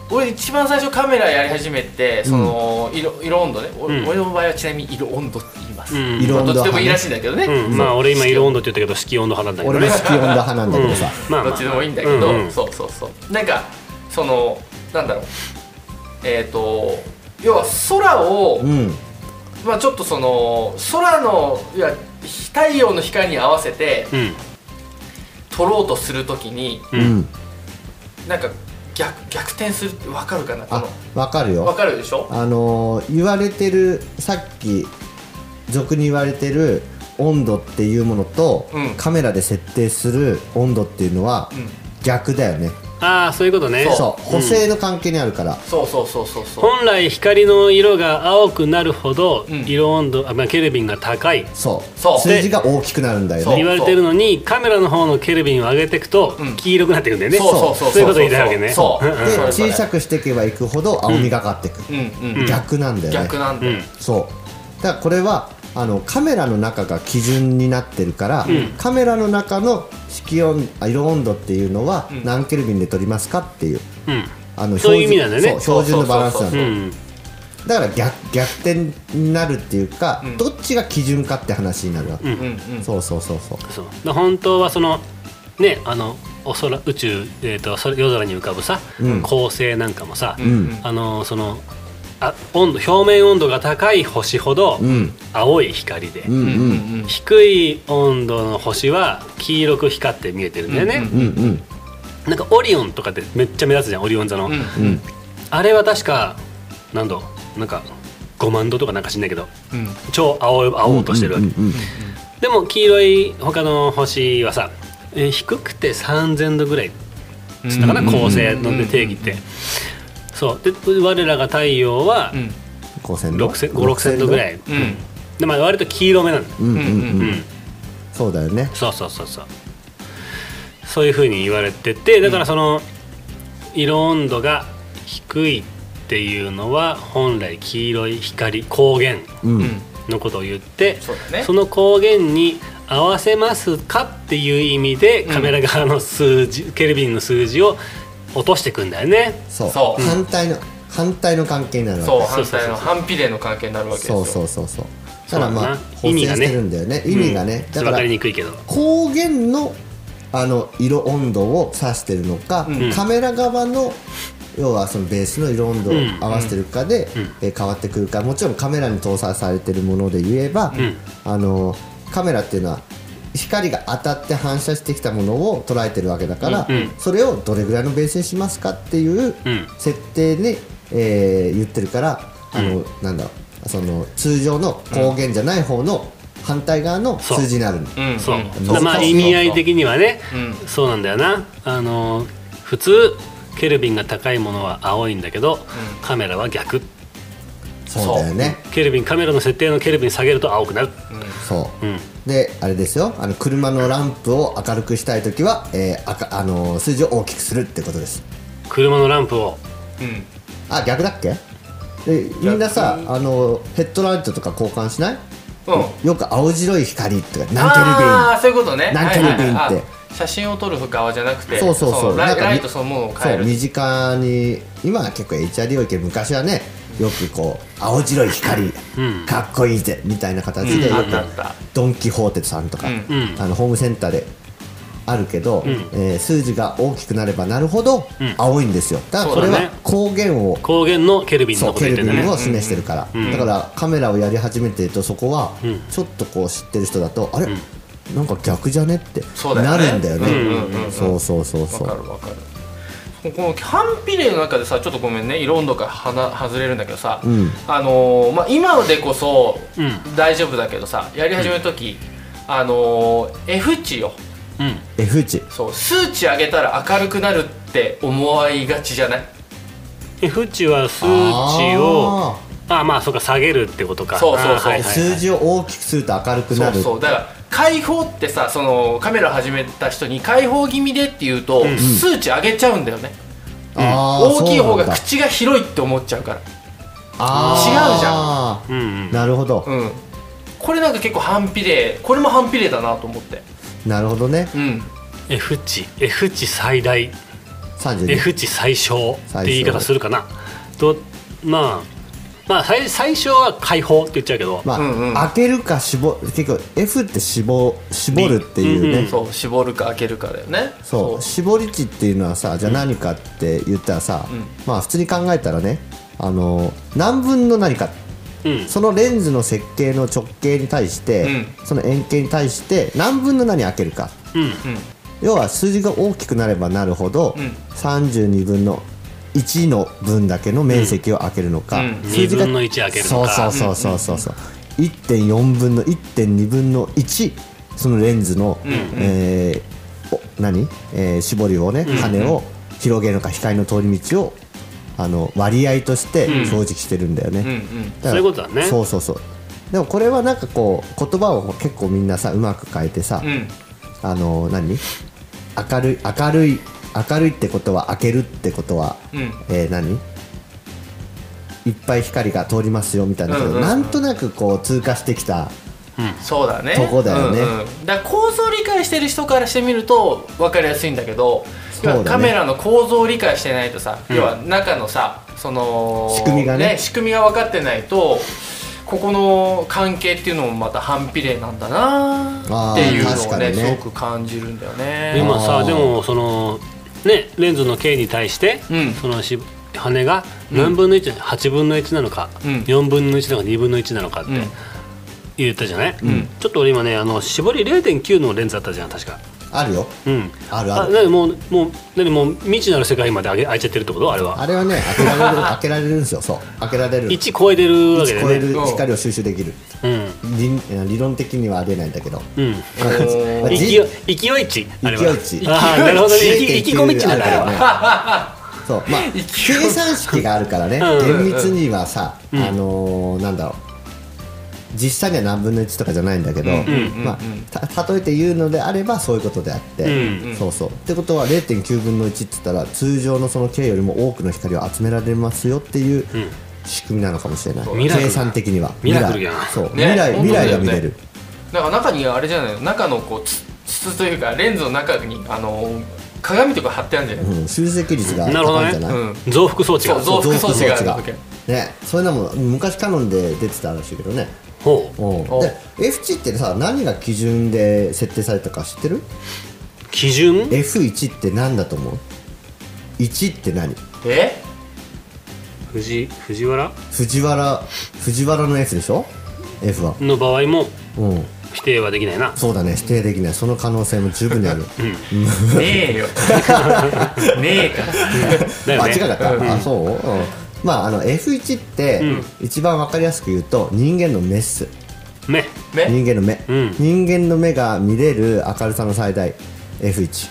Speaker 2: 俺一番最初カメラやり始めてその、色色温度ね、お
Speaker 4: うん
Speaker 2: 俺の場合はちなみに色温度って言います、
Speaker 4: うん
Speaker 3: 色
Speaker 2: まあ
Speaker 3: 温度
Speaker 2: どっちで
Speaker 3: 派
Speaker 2: も
Speaker 3: ね
Speaker 2: いいらしいんだけどね、
Speaker 4: うん、まあ俺今色温度って言ったけど色温度派なんだけ
Speaker 3: 俺
Speaker 4: ど
Speaker 3: も
Speaker 4: ね
Speaker 3: 好。き温度派なんだけどさ、
Speaker 4: うんまあまあ
Speaker 2: どっちでもいいんだけど、
Speaker 4: うんうん
Speaker 2: そうそうそうなんかそのなんだろうえっ、と要は空を、
Speaker 3: うん
Speaker 2: まあちょっとその空のいや太陽の光に合わせて
Speaker 4: うん
Speaker 2: 撮ろうとするときに
Speaker 4: う
Speaker 3: うんん
Speaker 2: なんか逆逆転するってわかるかなこ
Speaker 3: あ
Speaker 2: の
Speaker 3: わかる
Speaker 2: わ
Speaker 3: よ
Speaker 2: かるでしょ
Speaker 3: あのー言われてるさっき俗に言われてる温度っていうものと、
Speaker 2: うん
Speaker 3: カメラで設定する温度っていうのは、
Speaker 2: ん
Speaker 3: 逆だよね
Speaker 4: ああそういうことね。
Speaker 3: そう補正の関係にあるから、
Speaker 2: そうそうそうそうそう
Speaker 4: 本来光の色が青くなるほど
Speaker 2: うん
Speaker 4: 色温度、あまあケルビンが高い。
Speaker 3: そう
Speaker 2: そう
Speaker 3: 数字が大きくなるんだよ
Speaker 2: そう
Speaker 3: ね
Speaker 4: 言われてるのにカメラの方のケルビンを上げていくと
Speaker 2: うん
Speaker 4: 黄色くなっていくんだよね。
Speaker 2: そうそうそう
Speaker 4: そういうこと言いたいわけね。
Speaker 2: そう
Speaker 4: うん
Speaker 3: で
Speaker 2: そうだね
Speaker 3: 小さくしていけばいくほど青みがかっていく、
Speaker 2: うんうん、
Speaker 3: 逆なんだよね
Speaker 2: 逆なんだ
Speaker 4: う
Speaker 2: よ、
Speaker 4: ん
Speaker 3: そうだからこれはあのカメラの中が基準になってるから、カメラの中の色温あ色温度っていうのは
Speaker 2: ん
Speaker 3: 何ケルビンで撮りますかっていう
Speaker 4: うん
Speaker 3: あの
Speaker 4: そうい
Speaker 3: 標準
Speaker 4: う意味なんだよね
Speaker 3: そう標準のバランスなん
Speaker 4: う
Speaker 3: だよ
Speaker 4: ん
Speaker 3: だから逆逆転になるっていうか、
Speaker 2: ん
Speaker 3: どっちが基準かって話になるわけ、
Speaker 4: ん
Speaker 2: うんうん
Speaker 3: そうそうそうそう
Speaker 4: そうだ本当はそのねあのお空宇宙、えー、とそれ夜空に浮かぶさ、
Speaker 3: うん
Speaker 4: 恒星なんかもさ、
Speaker 3: ん
Speaker 4: あのそのあ温度表面温度が高い星ほど
Speaker 3: うん
Speaker 4: 青い光で、
Speaker 3: うん
Speaker 2: うん
Speaker 3: うん
Speaker 2: うん
Speaker 4: 低い温度の星は黄色く光って見えてるんだよね、
Speaker 3: うんうん
Speaker 4: なんかオリオンとかってめっちゃ目立つじゃんオリオン座の、
Speaker 2: うん
Speaker 3: うん
Speaker 4: あれは確か何度なんか5万度とかなんか知んないけど
Speaker 2: うん
Speaker 4: 超青い青々としてるわけ、
Speaker 3: うんうん
Speaker 4: でも黄色い他の星はさ、えー低くて3,000度ぐらいつったかな、
Speaker 2: うん
Speaker 4: 恒星の定義って、そうで我らが太陽は
Speaker 2: うん
Speaker 3: 5000
Speaker 4: 6,000 5,000度ぐらい
Speaker 2: うん
Speaker 4: で、まあ、割と黄色めなの、
Speaker 3: うんうんうん、
Speaker 4: うん、
Speaker 3: そうだよね
Speaker 4: そうそうそうそうそういうふうに言われててだからその色温度が低いっていうのは本来黄色い光光源
Speaker 3: うん、
Speaker 2: うん
Speaker 4: のことを言って
Speaker 2: そうだね
Speaker 4: その光源に合わせますかっていう意味でカメラ側の数字、ケルビンの数字を落としていくんだよね。
Speaker 3: そう
Speaker 2: そう
Speaker 3: 反対の反対の関係になるわけ
Speaker 2: そう反
Speaker 4: そうそうそう
Speaker 2: 対の反比例の関係になるわけです
Speaker 3: そ
Speaker 2: よ
Speaker 3: うそうそうそう
Speaker 4: そ
Speaker 3: だ
Speaker 4: う
Speaker 3: か
Speaker 4: だ
Speaker 3: らまあ
Speaker 4: な意
Speaker 3: 補
Speaker 4: 味
Speaker 3: 正
Speaker 4: がね
Speaker 3: してるんだよね意味がね、だ
Speaker 4: 分
Speaker 3: か
Speaker 4: からりにくいけど。
Speaker 3: 光源のあの色温度を指してるのか、
Speaker 2: うん
Speaker 3: カメラ側の要はそのベースの色温度を
Speaker 4: うん
Speaker 3: 合わせてるかで、
Speaker 4: うん
Speaker 3: えー変わってくるかもちろんカメラに搭載されてるもので言えば、
Speaker 4: ん
Speaker 3: あのカメラっていうのは光が当たって反射してきたものを捉えてるわけだから、
Speaker 4: うんうん
Speaker 3: それをどれぐらいのベースにしますかっていう
Speaker 4: うん
Speaker 3: 設定に、えー言ってるからあの、なんだろうその通常の光源じゃない方の反対側の
Speaker 4: そう
Speaker 3: 数字になるの
Speaker 2: うん
Speaker 4: そう、
Speaker 2: ん
Speaker 4: まあ
Speaker 3: そう
Speaker 4: 意味合い的にはね、
Speaker 2: うん
Speaker 4: そうなんだよなあの普通ケルビンが高いものは青いんだけど、カメラは逆
Speaker 3: そうだよね
Speaker 4: ケルビンカメラの設定のケルビン下げると青くなる、
Speaker 3: そう
Speaker 4: うん、
Speaker 3: であれですよあの車のランプを明るくしたい時は、えー赤あのー数字を大きくするってことです
Speaker 4: 車のランプを
Speaker 2: うん
Speaker 3: あ逆だっけでみんなさあのーヘッドライトとか交換しない
Speaker 2: うん
Speaker 3: よく青白い光とか
Speaker 2: あ
Speaker 3: 何
Speaker 2: あそういうことね
Speaker 3: 何ケルビンって
Speaker 2: はいはいはいあ写真を撮る側じゃなく
Speaker 3: ケルビン
Speaker 2: て
Speaker 3: そうそうそう
Speaker 2: ラ
Speaker 3: な
Speaker 2: イ
Speaker 3: んか
Speaker 2: ライトそのものを変え
Speaker 3: そう身
Speaker 2: る
Speaker 3: 近に今は結構 HRD 多いけど昔はねよくこう青白い光
Speaker 4: うん
Speaker 3: かっこいいぜみたいな形で
Speaker 2: うん
Speaker 3: よ
Speaker 2: あ
Speaker 3: く
Speaker 2: ったあった
Speaker 3: ドン・キホーテさんとか、
Speaker 2: うん
Speaker 4: うん
Speaker 3: あのホームセンターであるけど、
Speaker 4: ん
Speaker 3: えー数字が大きくなればなるほど
Speaker 4: うん
Speaker 3: 青いんですよだからこれ
Speaker 4: そう
Speaker 3: は
Speaker 4: だね
Speaker 3: 光源を
Speaker 4: 光源のケルビンの
Speaker 3: そう
Speaker 4: こと
Speaker 3: ケ
Speaker 4: 言っ
Speaker 3: ル
Speaker 4: て
Speaker 3: ビ
Speaker 4: んだ
Speaker 3: ン
Speaker 4: ね
Speaker 3: を示してるから、
Speaker 4: うん
Speaker 3: だからカメラをやり始めてるとそこは
Speaker 4: うん
Speaker 3: ちょっとこう知ってる人だとあれ、
Speaker 4: ん
Speaker 3: なんか逆じゃねって
Speaker 2: そうだよ
Speaker 3: な
Speaker 2: ね
Speaker 3: るんだよね
Speaker 2: うんうんうん
Speaker 3: そうそうそうそ
Speaker 2: わか
Speaker 3: う
Speaker 2: るわかるこのキャンピレーの中でさちょっとごめんね色温度からはな外れるんだけどさ、
Speaker 3: うん
Speaker 2: あのーまあ、今でこそ
Speaker 4: う
Speaker 2: 大丈夫だけどさやり始める時、あのー F 値よ
Speaker 4: うん
Speaker 3: F 値
Speaker 2: そう数値上げたら明るくなるって思いがちじゃない
Speaker 4: F 値は数値を
Speaker 3: あ
Speaker 4: あまあそうか下げるってことか
Speaker 2: そうそうそう
Speaker 4: あはいはい
Speaker 3: ー
Speaker 4: はい
Speaker 3: 数字を大きくすると明るくなる
Speaker 2: そうそうだから開放ってさそのカメラ始めた人に開放気味でって言うと、
Speaker 4: ん
Speaker 2: 数値上げちゃうんだよね、
Speaker 3: あー
Speaker 2: 大きい方
Speaker 3: そう
Speaker 2: が
Speaker 3: なんだ
Speaker 2: 口が広いって思っちゃうから
Speaker 3: あー
Speaker 4: うんうん
Speaker 3: なるほど、
Speaker 2: うんこれなんか結構反比例これも反比例だなと思って
Speaker 3: なるほどね
Speaker 2: うん
Speaker 4: F 値 F 値最大
Speaker 3: 32
Speaker 4: F 値最小って言い方するかなとまあまあ最最小は解放って言っちゃうけど、
Speaker 3: まあ、
Speaker 2: うんうん
Speaker 3: 開けるか絞結構 F って絞絞るっていうね、
Speaker 4: うんうん
Speaker 2: そう絞るか開けるかだよね
Speaker 3: そう絞り値っていうのはさじゃあ何かって言ったらさ、
Speaker 2: ん
Speaker 3: まあ普通に考えたらねあの何分の何か
Speaker 4: うん
Speaker 3: そのレンズの設計の直径に対して、その円形に対して何分の何開けるか
Speaker 4: うん
Speaker 3: 要は数字が大きくなればなるほど、
Speaker 2: うん
Speaker 3: 32分の1の分だけの面積を開けるのか、
Speaker 2: うん
Speaker 3: 数字が
Speaker 4: 2分の1開けるのか
Speaker 3: そうそうそうそうそう、う1.4分の1.2分の1そのレンズの、
Speaker 2: んうん
Speaker 3: えーお何、えー絞りをね羽を広げるのか光の通り道をあの割合として表示してるんだよね、
Speaker 2: うんうん
Speaker 3: だから
Speaker 4: そういうことだね
Speaker 3: そうそうそうでもこれはなんかこう言葉を結構みんなさうまく変えてさ、
Speaker 2: うん
Speaker 3: あの何明るい明るい明るいってことは開けるってことは、
Speaker 2: うん
Speaker 3: えー何いっぱい光が通りますよみたいな、けど
Speaker 2: うんうんうん
Speaker 3: なんとなくこう通過してきた
Speaker 2: そうだね
Speaker 3: とこだよね
Speaker 2: うんうん、だから構造を理解してる人からしてみると分かりやすいんだけど
Speaker 3: そう
Speaker 2: 要
Speaker 3: だ
Speaker 2: は
Speaker 3: ね
Speaker 2: カメラの構造を理解してないとさ、要は中のさその
Speaker 3: 仕組みがね
Speaker 2: 仕組みが分かってないとここの関係っていうのもまた反比例なんだなっていうの
Speaker 3: あー確
Speaker 2: を
Speaker 3: か
Speaker 2: ね
Speaker 3: にね
Speaker 2: すごく感じるんだよ
Speaker 4: で
Speaker 2: ね。
Speaker 4: も
Speaker 3: あ
Speaker 4: さ
Speaker 3: ー
Speaker 4: でもそのねレンズの径に対して、
Speaker 2: うん
Speaker 4: そのし羽が何分の1、8分の1なのか、
Speaker 2: うん
Speaker 4: 4分の1なのか2分の1なのかって
Speaker 2: うん
Speaker 4: 言ったじゃない、
Speaker 2: ん
Speaker 4: ちょっと俺今ねあの絞り0.9のレンズあったじゃん確か。
Speaker 3: あるよ
Speaker 4: うん、
Speaker 3: あるある
Speaker 4: なにもうもうなにもう未知なる世界まで開け開いちゃってるってことあれは
Speaker 3: あれはね開けられる 開けられるんですよそう開けられる
Speaker 4: 1超えてるわけ
Speaker 3: 1超
Speaker 4: だ
Speaker 3: え
Speaker 4: よね
Speaker 3: る光を収集できる
Speaker 4: うん
Speaker 3: 理理論的には出ないんだけど
Speaker 4: う ん
Speaker 3: まあ
Speaker 4: 勢い勢い値あれは
Speaker 3: 勢い値
Speaker 4: ああなるほどね意気込み値なんだあれは
Speaker 3: はそう まあ計算式があるからね
Speaker 4: うん
Speaker 3: 厳密にはさ、あのーなんだろう実際には何分の1とかじゃないんだけど、
Speaker 2: ん
Speaker 3: まあ、た例えて言うのであればそういうことであって、
Speaker 4: う
Speaker 3: そうそうってことは0.9分の1って言ったら通常のその径よりも多くの光を集められますよっていう仕組みなのかもしれない、
Speaker 4: ミラクル
Speaker 3: 計算的には
Speaker 4: ミラクルやな
Speaker 3: そう、
Speaker 2: ね
Speaker 3: 未来
Speaker 2: 本当
Speaker 3: 未
Speaker 2: だよね
Speaker 3: 来が見れる
Speaker 2: なんか中にあれじゃないの中のこうつ筒というかレンズの中にあの鏡とか貼ってあるんじゃない、
Speaker 3: うん、集積率が
Speaker 4: なるほど
Speaker 3: 高いん
Speaker 4: ね
Speaker 3: じゃない、
Speaker 2: うん
Speaker 4: 増幅装置が
Speaker 2: そう増幅装置がある
Speaker 3: がねそういうのも昔カノンで出てたらしいけどね
Speaker 4: ほう
Speaker 3: お
Speaker 2: お
Speaker 3: で F 値ってさ何が基準で設定されたか知ってる
Speaker 4: 基準
Speaker 3: F1 って何だと思う ?1 って何
Speaker 2: え
Speaker 4: 藤藤原
Speaker 3: 藤原藤原の F でしょ F は
Speaker 4: の場合も
Speaker 3: うん
Speaker 4: 否定はできないな
Speaker 3: そうだね否定できないその可能性も十分にある、
Speaker 2: ね えよねえから
Speaker 4: だよ
Speaker 3: あ
Speaker 4: ね
Speaker 3: 違かった、あそう、うんまああの F1 って、一番わかりやすく言うと人間のメス
Speaker 4: ね
Speaker 2: ね
Speaker 3: 人間の目、
Speaker 4: うん
Speaker 3: 人間の目が見れる明るさの最大 F1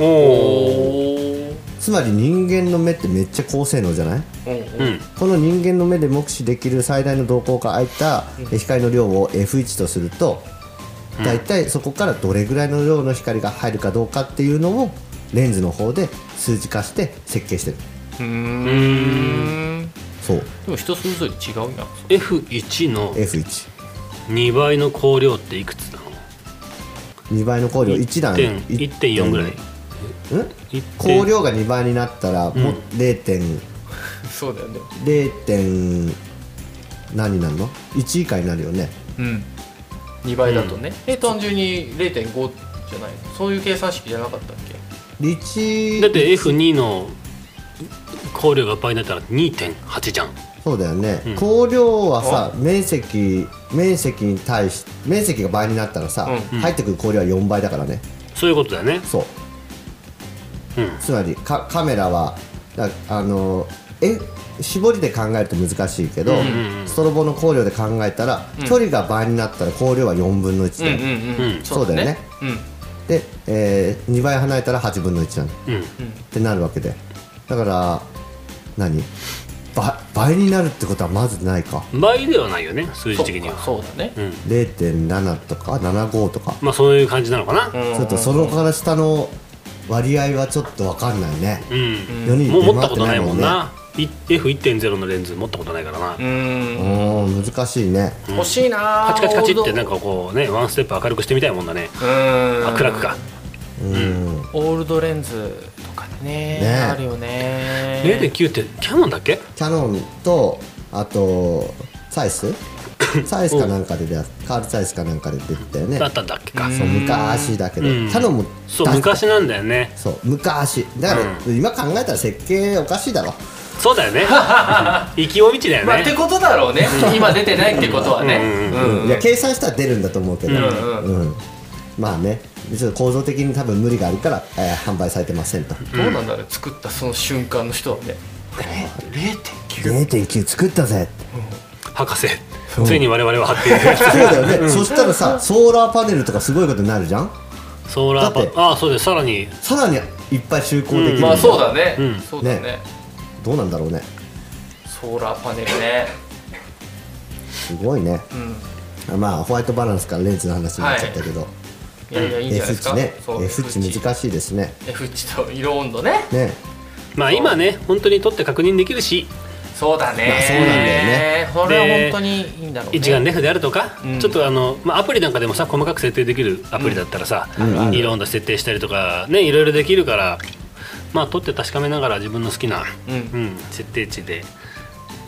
Speaker 4: お
Speaker 2: お
Speaker 4: お
Speaker 2: ー
Speaker 3: つまり人間の目ってめっちゃ高性能じゃない
Speaker 2: うんうん
Speaker 4: ーうん
Speaker 3: この人間の目で目視できる最大の瞳孔から開いた光の量を F1 とするとだいたいそこからどれぐらいの量の光が入るかどうかっていうのをレンズの方で数字化して設計してる
Speaker 2: うー
Speaker 4: うー
Speaker 2: ん
Speaker 4: ん
Speaker 3: そう
Speaker 2: でも人それぞれ違うやん
Speaker 4: F1 の
Speaker 3: F12
Speaker 4: 2倍の光量っていくつなの
Speaker 3: 倍の光量1段
Speaker 4: 点1.4ぐらい
Speaker 3: うん光量が2倍になったらもう0.0.、
Speaker 2: そうだよね
Speaker 3: 0. 何になるの ?1 以下になるよね
Speaker 2: うん2倍だとね、え単純に0.5じゃないのそういう計算式じゃなかったっ
Speaker 3: で
Speaker 4: だっ
Speaker 3: 1
Speaker 4: て F2 の光量が倍になったら2.8じゃん
Speaker 3: そうだよね、
Speaker 4: ん
Speaker 3: 光量はさ面積面積に対し面積が倍になったらさ、
Speaker 2: うん
Speaker 3: 入ってくる光量は4倍だからね
Speaker 4: そういうことだよね
Speaker 3: そう
Speaker 4: うん
Speaker 3: つまりカカメラはだあのえ絞りで考えると難しいけど、
Speaker 2: うん
Speaker 4: うんうん
Speaker 3: ストロボの光量で考えたら、
Speaker 2: うん
Speaker 3: 距離が倍になったら光量は4分の1
Speaker 2: け
Speaker 3: だよ、
Speaker 2: うん
Speaker 4: うん
Speaker 3: そうだよね
Speaker 2: うん
Speaker 3: で、え2倍離れたら8分の1なのっ
Speaker 4: うん
Speaker 3: てなるわけでだから何ば倍になるってことはまずないか
Speaker 4: 倍ではないよね数字的には
Speaker 2: そうかそうだね
Speaker 4: うん
Speaker 3: 0.7とか75とか
Speaker 4: まあそういう感じなのかな
Speaker 2: うん
Speaker 3: ちょっとそのから下の割合はちょっとわかんないね。
Speaker 4: うん、
Speaker 3: 4人
Speaker 4: もう
Speaker 3: 出
Speaker 4: 持っ
Speaker 3: 回っ
Speaker 4: たこ
Speaker 3: て
Speaker 4: とないもん
Speaker 3: ね。
Speaker 4: な、い F1.0 のレンズ持ったことないからな、
Speaker 2: うーん
Speaker 3: うん、難しいね。
Speaker 2: 欲しいな
Speaker 4: カチカチカチって
Speaker 2: な
Speaker 4: なんかこうねワンステップ明るくしてみたいもんだねあ
Speaker 2: うん
Speaker 4: 暗くか
Speaker 3: うん。
Speaker 2: オールドレンズとかね
Speaker 3: ね
Speaker 2: あるよね
Speaker 4: 0.9ってキャノンだっけ
Speaker 3: キャノンと、あと、サイ スサイスかなんかで出会っカールサイスかなんかで出てたよね
Speaker 4: だ。ったんだっけか、
Speaker 3: そう、昔だけど。キ
Speaker 4: うん
Speaker 3: ャノンも
Speaker 4: そう昔なんだよね
Speaker 3: そう、昔。だから、今考えたら設計おかしいだろ。
Speaker 4: そうだよね生き尾道だよね、
Speaker 2: まあってことだろうね今出てないってことはね
Speaker 4: うん
Speaker 2: うん
Speaker 3: いや、計算したら出るんだと思うけど。
Speaker 2: んう
Speaker 3: うん。まあね、ちょっと構造的に多分無理があるから、えー販売されてませんと。
Speaker 2: どうなんだろう作ったその瞬間の人はね0.9
Speaker 3: 0.9作ったぜって。
Speaker 4: 博士ついに我々は発展する
Speaker 3: そうだよね、そしたらさソーラーパネルとかすごいことになるじゃん
Speaker 4: ソーラーパ
Speaker 3: だって
Speaker 4: ああそうですさらに
Speaker 3: さらにいっぱい就航できる、
Speaker 4: うん
Speaker 2: まあそうだね
Speaker 4: うん
Speaker 2: そうだね
Speaker 3: ねどうなんだろうね
Speaker 2: ソーラーパネルね
Speaker 3: すごいね
Speaker 2: うん
Speaker 3: まあホワイトバランスからレンズの話になっちゃったけど、
Speaker 2: いやいやいいんじゃない
Speaker 3: F
Speaker 2: ですか
Speaker 3: 値ね
Speaker 2: そう
Speaker 3: F 値難しいですね
Speaker 2: F 値と色温度ね
Speaker 3: ね
Speaker 4: まあ今ね本当に撮って確認できるし
Speaker 2: そうだね、
Speaker 3: まあそうなんだよね
Speaker 2: これは本当にいいんだろうね
Speaker 4: 一眼レフであるとか、
Speaker 2: うん
Speaker 4: ちょっとあの、まあ、アプリなんかでもさ細かく設定できるアプリだったらさ、
Speaker 3: うん
Speaker 4: 色温度設定したりとかねいろいろできるからまあ撮って確かめながら自分の好きな、
Speaker 2: うん
Speaker 4: うん設定値で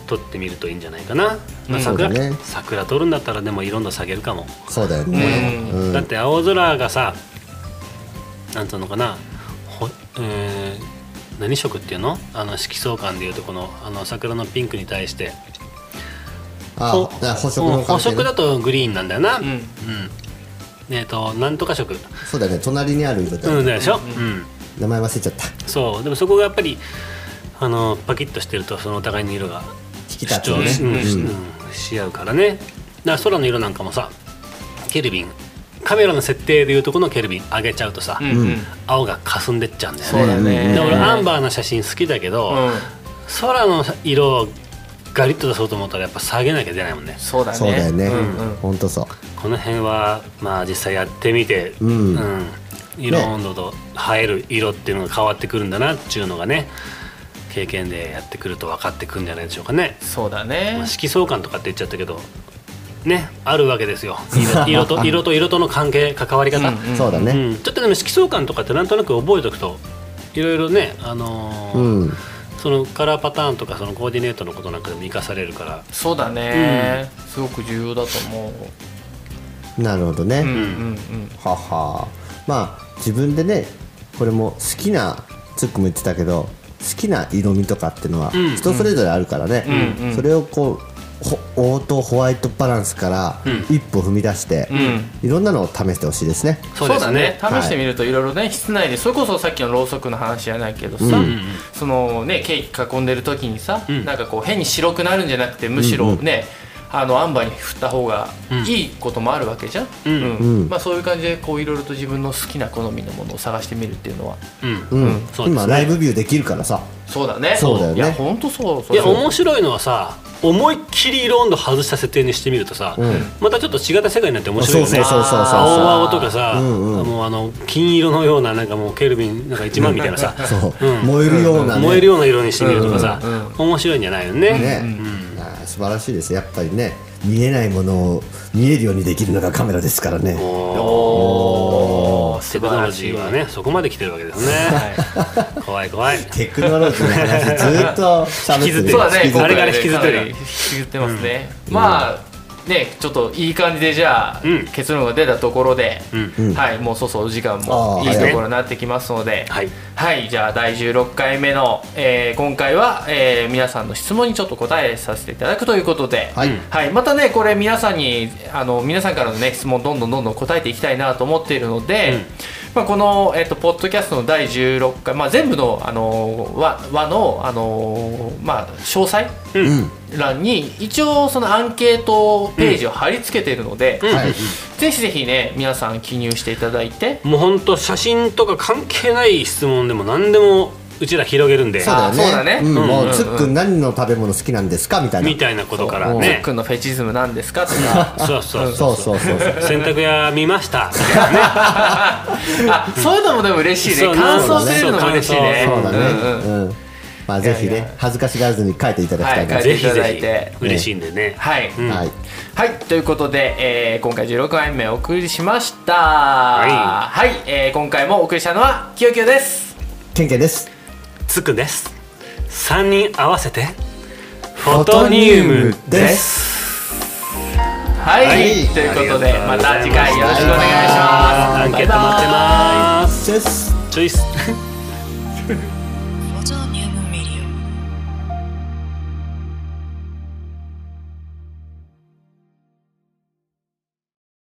Speaker 4: 撮ってみるといいんじゃないかな、
Speaker 2: う
Speaker 4: まあ
Speaker 2: ん
Speaker 4: 桜
Speaker 3: そうだね
Speaker 4: 桜撮るんだったらでも色温度下げるかも、
Speaker 3: そうだよね
Speaker 2: う
Speaker 3: うん
Speaker 4: だって青空がさなんつうのかなほ、えー何色っていうのあの色相関でいうとこのあの桜のピンクに対して
Speaker 3: あ
Speaker 4: ほ
Speaker 3: あ補色の
Speaker 4: 補
Speaker 3: 関係、
Speaker 4: 色
Speaker 3: ね
Speaker 4: だ、とグリーンなんだよなうん、
Speaker 2: ん
Speaker 4: えっ、となんとか色
Speaker 3: そうだよね隣にある色だよ、
Speaker 4: うんでしょ、うん
Speaker 3: 名前忘れちゃった
Speaker 4: そうでもそこがやっぱりあのパキッとしてるとそのお互いの色が
Speaker 3: 引き
Speaker 4: 主
Speaker 3: 立つ
Speaker 4: 張
Speaker 3: よね
Speaker 4: し,、うんうんし合うからねだから空の色なんかもさケルビンカメラの設定でいうとこのケルビン上げちゃうとさ、
Speaker 2: うんうん
Speaker 4: 青が霞んでっちゃうんだよ
Speaker 2: そう
Speaker 4: ね
Speaker 2: だね
Speaker 4: で俺アンバーの写真好きだけど、
Speaker 2: うん
Speaker 4: 空の色をガリッと出そうと思ったらやっぱ下げなきゃ出ないもんね
Speaker 2: そうだね
Speaker 3: そうだよね、
Speaker 2: うんうん
Speaker 3: ほんとそう
Speaker 4: この辺はまあ実際やってみて、
Speaker 3: うん
Speaker 4: 色温度と映える色っていうのが変わってくるんだなっていうのがね経験でやってくると分かってくるんじゃないでしょうかね、
Speaker 2: そうだ
Speaker 4: ま
Speaker 2: ね
Speaker 4: あ、色相関とかって言っちゃったけどねあるわけですよ色色と色と色との関係関わり方、
Speaker 2: うん
Speaker 3: そうだ
Speaker 4: う
Speaker 3: ね
Speaker 4: んちょっとでも色相関とかってなんとなく覚えておくといろいろね、あのー
Speaker 3: うん、
Speaker 4: そのカラーパターンとかそのコーディネートのことなんかでも生かされるから
Speaker 2: そうだね、すごく重要だと思う
Speaker 3: なるほどね、
Speaker 2: うんうんうん
Speaker 3: ははまあ自分でねこれも好きなツックも言ってたけど好きな色味とかっていうのは
Speaker 4: ん
Speaker 3: 人それぞれあるからね、
Speaker 2: うんうん
Speaker 3: それをこほオートホワイトバランスから
Speaker 4: うん
Speaker 3: 一歩踏み出して、
Speaker 2: うん
Speaker 3: いろんなのを試してほしいですね
Speaker 4: そうですね
Speaker 2: そうだね試してみるといろいろね室内でそれこそさっきのろうそくの話じゃないけどさ、
Speaker 3: うん
Speaker 4: うん
Speaker 2: そのねケーキ囲んでる時にさ、
Speaker 4: うん
Speaker 2: なんかこう変に白くなるんじゃなくてむしろね、あのアンバーに振った方がいいこともあるわけじゃん、
Speaker 4: うん
Speaker 3: うん
Speaker 2: まあ、そういう感じでこういろいろと自分の好きな好みのものを探してみるっていうのは
Speaker 4: うん
Speaker 3: うん、
Speaker 4: そうですね
Speaker 3: 今ライブビューできるからさ
Speaker 2: そうだね
Speaker 3: そうだよね
Speaker 2: いや本当そうそ
Speaker 4: いうや
Speaker 2: そう
Speaker 4: 面白いのはさ思いっきり色温度外した設定にしてみるとさ、
Speaker 3: うん
Speaker 4: またちょっと違った世界になって面白いよね
Speaker 3: そうそうそうそうそう
Speaker 4: 青青とかさ、
Speaker 3: うんうん
Speaker 4: もうあの金色のようななんかもうケルビンなんか1万みたいなさ、
Speaker 3: そう、
Speaker 4: うん
Speaker 3: 燃えるような、ね
Speaker 4: 燃えるような色にしてみるとかさ、
Speaker 2: うんうんうん
Speaker 4: 面白いんじゃないよね
Speaker 3: ね、
Speaker 4: うん
Speaker 3: あー素晴らしいですやっぱりね見えないものを見えるようにできるのがカメラですからね
Speaker 4: も
Speaker 2: おー
Speaker 4: うテクノロジーはねそこまで来てるわけですね
Speaker 2: は
Speaker 4: 怖い怖い
Speaker 3: テクノロジーの話ずーっと喋って
Speaker 4: 引きずっ
Speaker 3: る
Speaker 2: い、
Speaker 4: て
Speaker 2: そうだね
Speaker 4: 引き
Speaker 2: 今
Speaker 4: ずってる
Speaker 2: 回
Speaker 4: あれから引きずってる
Speaker 2: かなり引きずってますね、まあねちょっといい感じでじゃあ、
Speaker 4: うん
Speaker 2: 結論が出たところで、
Speaker 4: うん
Speaker 3: うん
Speaker 2: はいもうそうそうお時間
Speaker 3: あ
Speaker 2: も
Speaker 3: ー
Speaker 2: いいところになってきますので
Speaker 4: はい
Speaker 2: はい、じゃあ第16回目の、えー今回は、えー皆さんの質問にちょっと答えさせていただくということで、
Speaker 3: はい
Speaker 2: またねこれ皆さんにあの皆さんからのね質問どんどんどんどん答えていきたいなと思っているので、
Speaker 4: うん
Speaker 2: まあ、この、えっとポッドキャストの第16回、まあ、全部の、あのー和和の、あのーまあ、詳細
Speaker 3: うん
Speaker 2: 欄に一応そのアンケートページを貼り付けているので、
Speaker 3: はい
Speaker 2: ぜひぜひね皆さん記入していただいて。
Speaker 4: もうほんと写真とか関係ない質問でも何でもうちら広げるんで
Speaker 3: そうだよ
Speaker 2: あ
Speaker 3: ね
Speaker 2: ーそうだね
Speaker 3: ん
Speaker 2: うん
Speaker 3: もうつっくん何の食べ物好きなんですかみたいな
Speaker 4: みたいなことから
Speaker 2: もうズ
Speaker 4: ね
Speaker 2: ックンのフェチズムなんですかとか
Speaker 4: そうそう
Speaker 3: そうそうそうそう
Speaker 4: 洗濯屋見ましたみたいな
Speaker 2: あそういうのもでも嬉しい
Speaker 4: そう
Speaker 2: ね感想くれるのも
Speaker 4: そう
Speaker 2: 嬉しいね
Speaker 3: そうだ
Speaker 2: うんうん
Speaker 3: ねうんまあぜひ
Speaker 2: いやい
Speaker 3: ね
Speaker 2: や
Speaker 3: 恥ずかしがらずに書いていただきたいな
Speaker 2: は
Speaker 3: はいい
Speaker 2: 書
Speaker 4: ぜひ
Speaker 2: いただ
Speaker 4: ぜ
Speaker 2: い
Speaker 4: ひ
Speaker 2: て
Speaker 4: 嬉しいんでね
Speaker 2: はい、
Speaker 4: うん
Speaker 2: はいということで、えー今回16回目お送りしました
Speaker 4: は
Speaker 2: はい、えー今回もお送りしたのはきよきよです
Speaker 3: ケンケンです
Speaker 4: つくんです3人合わせてフォトニウムです
Speaker 2: はい、
Speaker 3: はい
Speaker 2: ということで
Speaker 4: あ
Speaker 2: ま
Speaker 4: りが
Speaker 2: た
Speaker 4: とう
Speaker 2: 次
Speaker 4: ござい
Speaker 2: 回よろ
Speaker 4: ま
Speaker 2: し
Speaker 4: す
Speaker 2: くお願いします
Speaker 4: アンケート待ってます
Speaker 3: チェス
Speaker 4: チョイス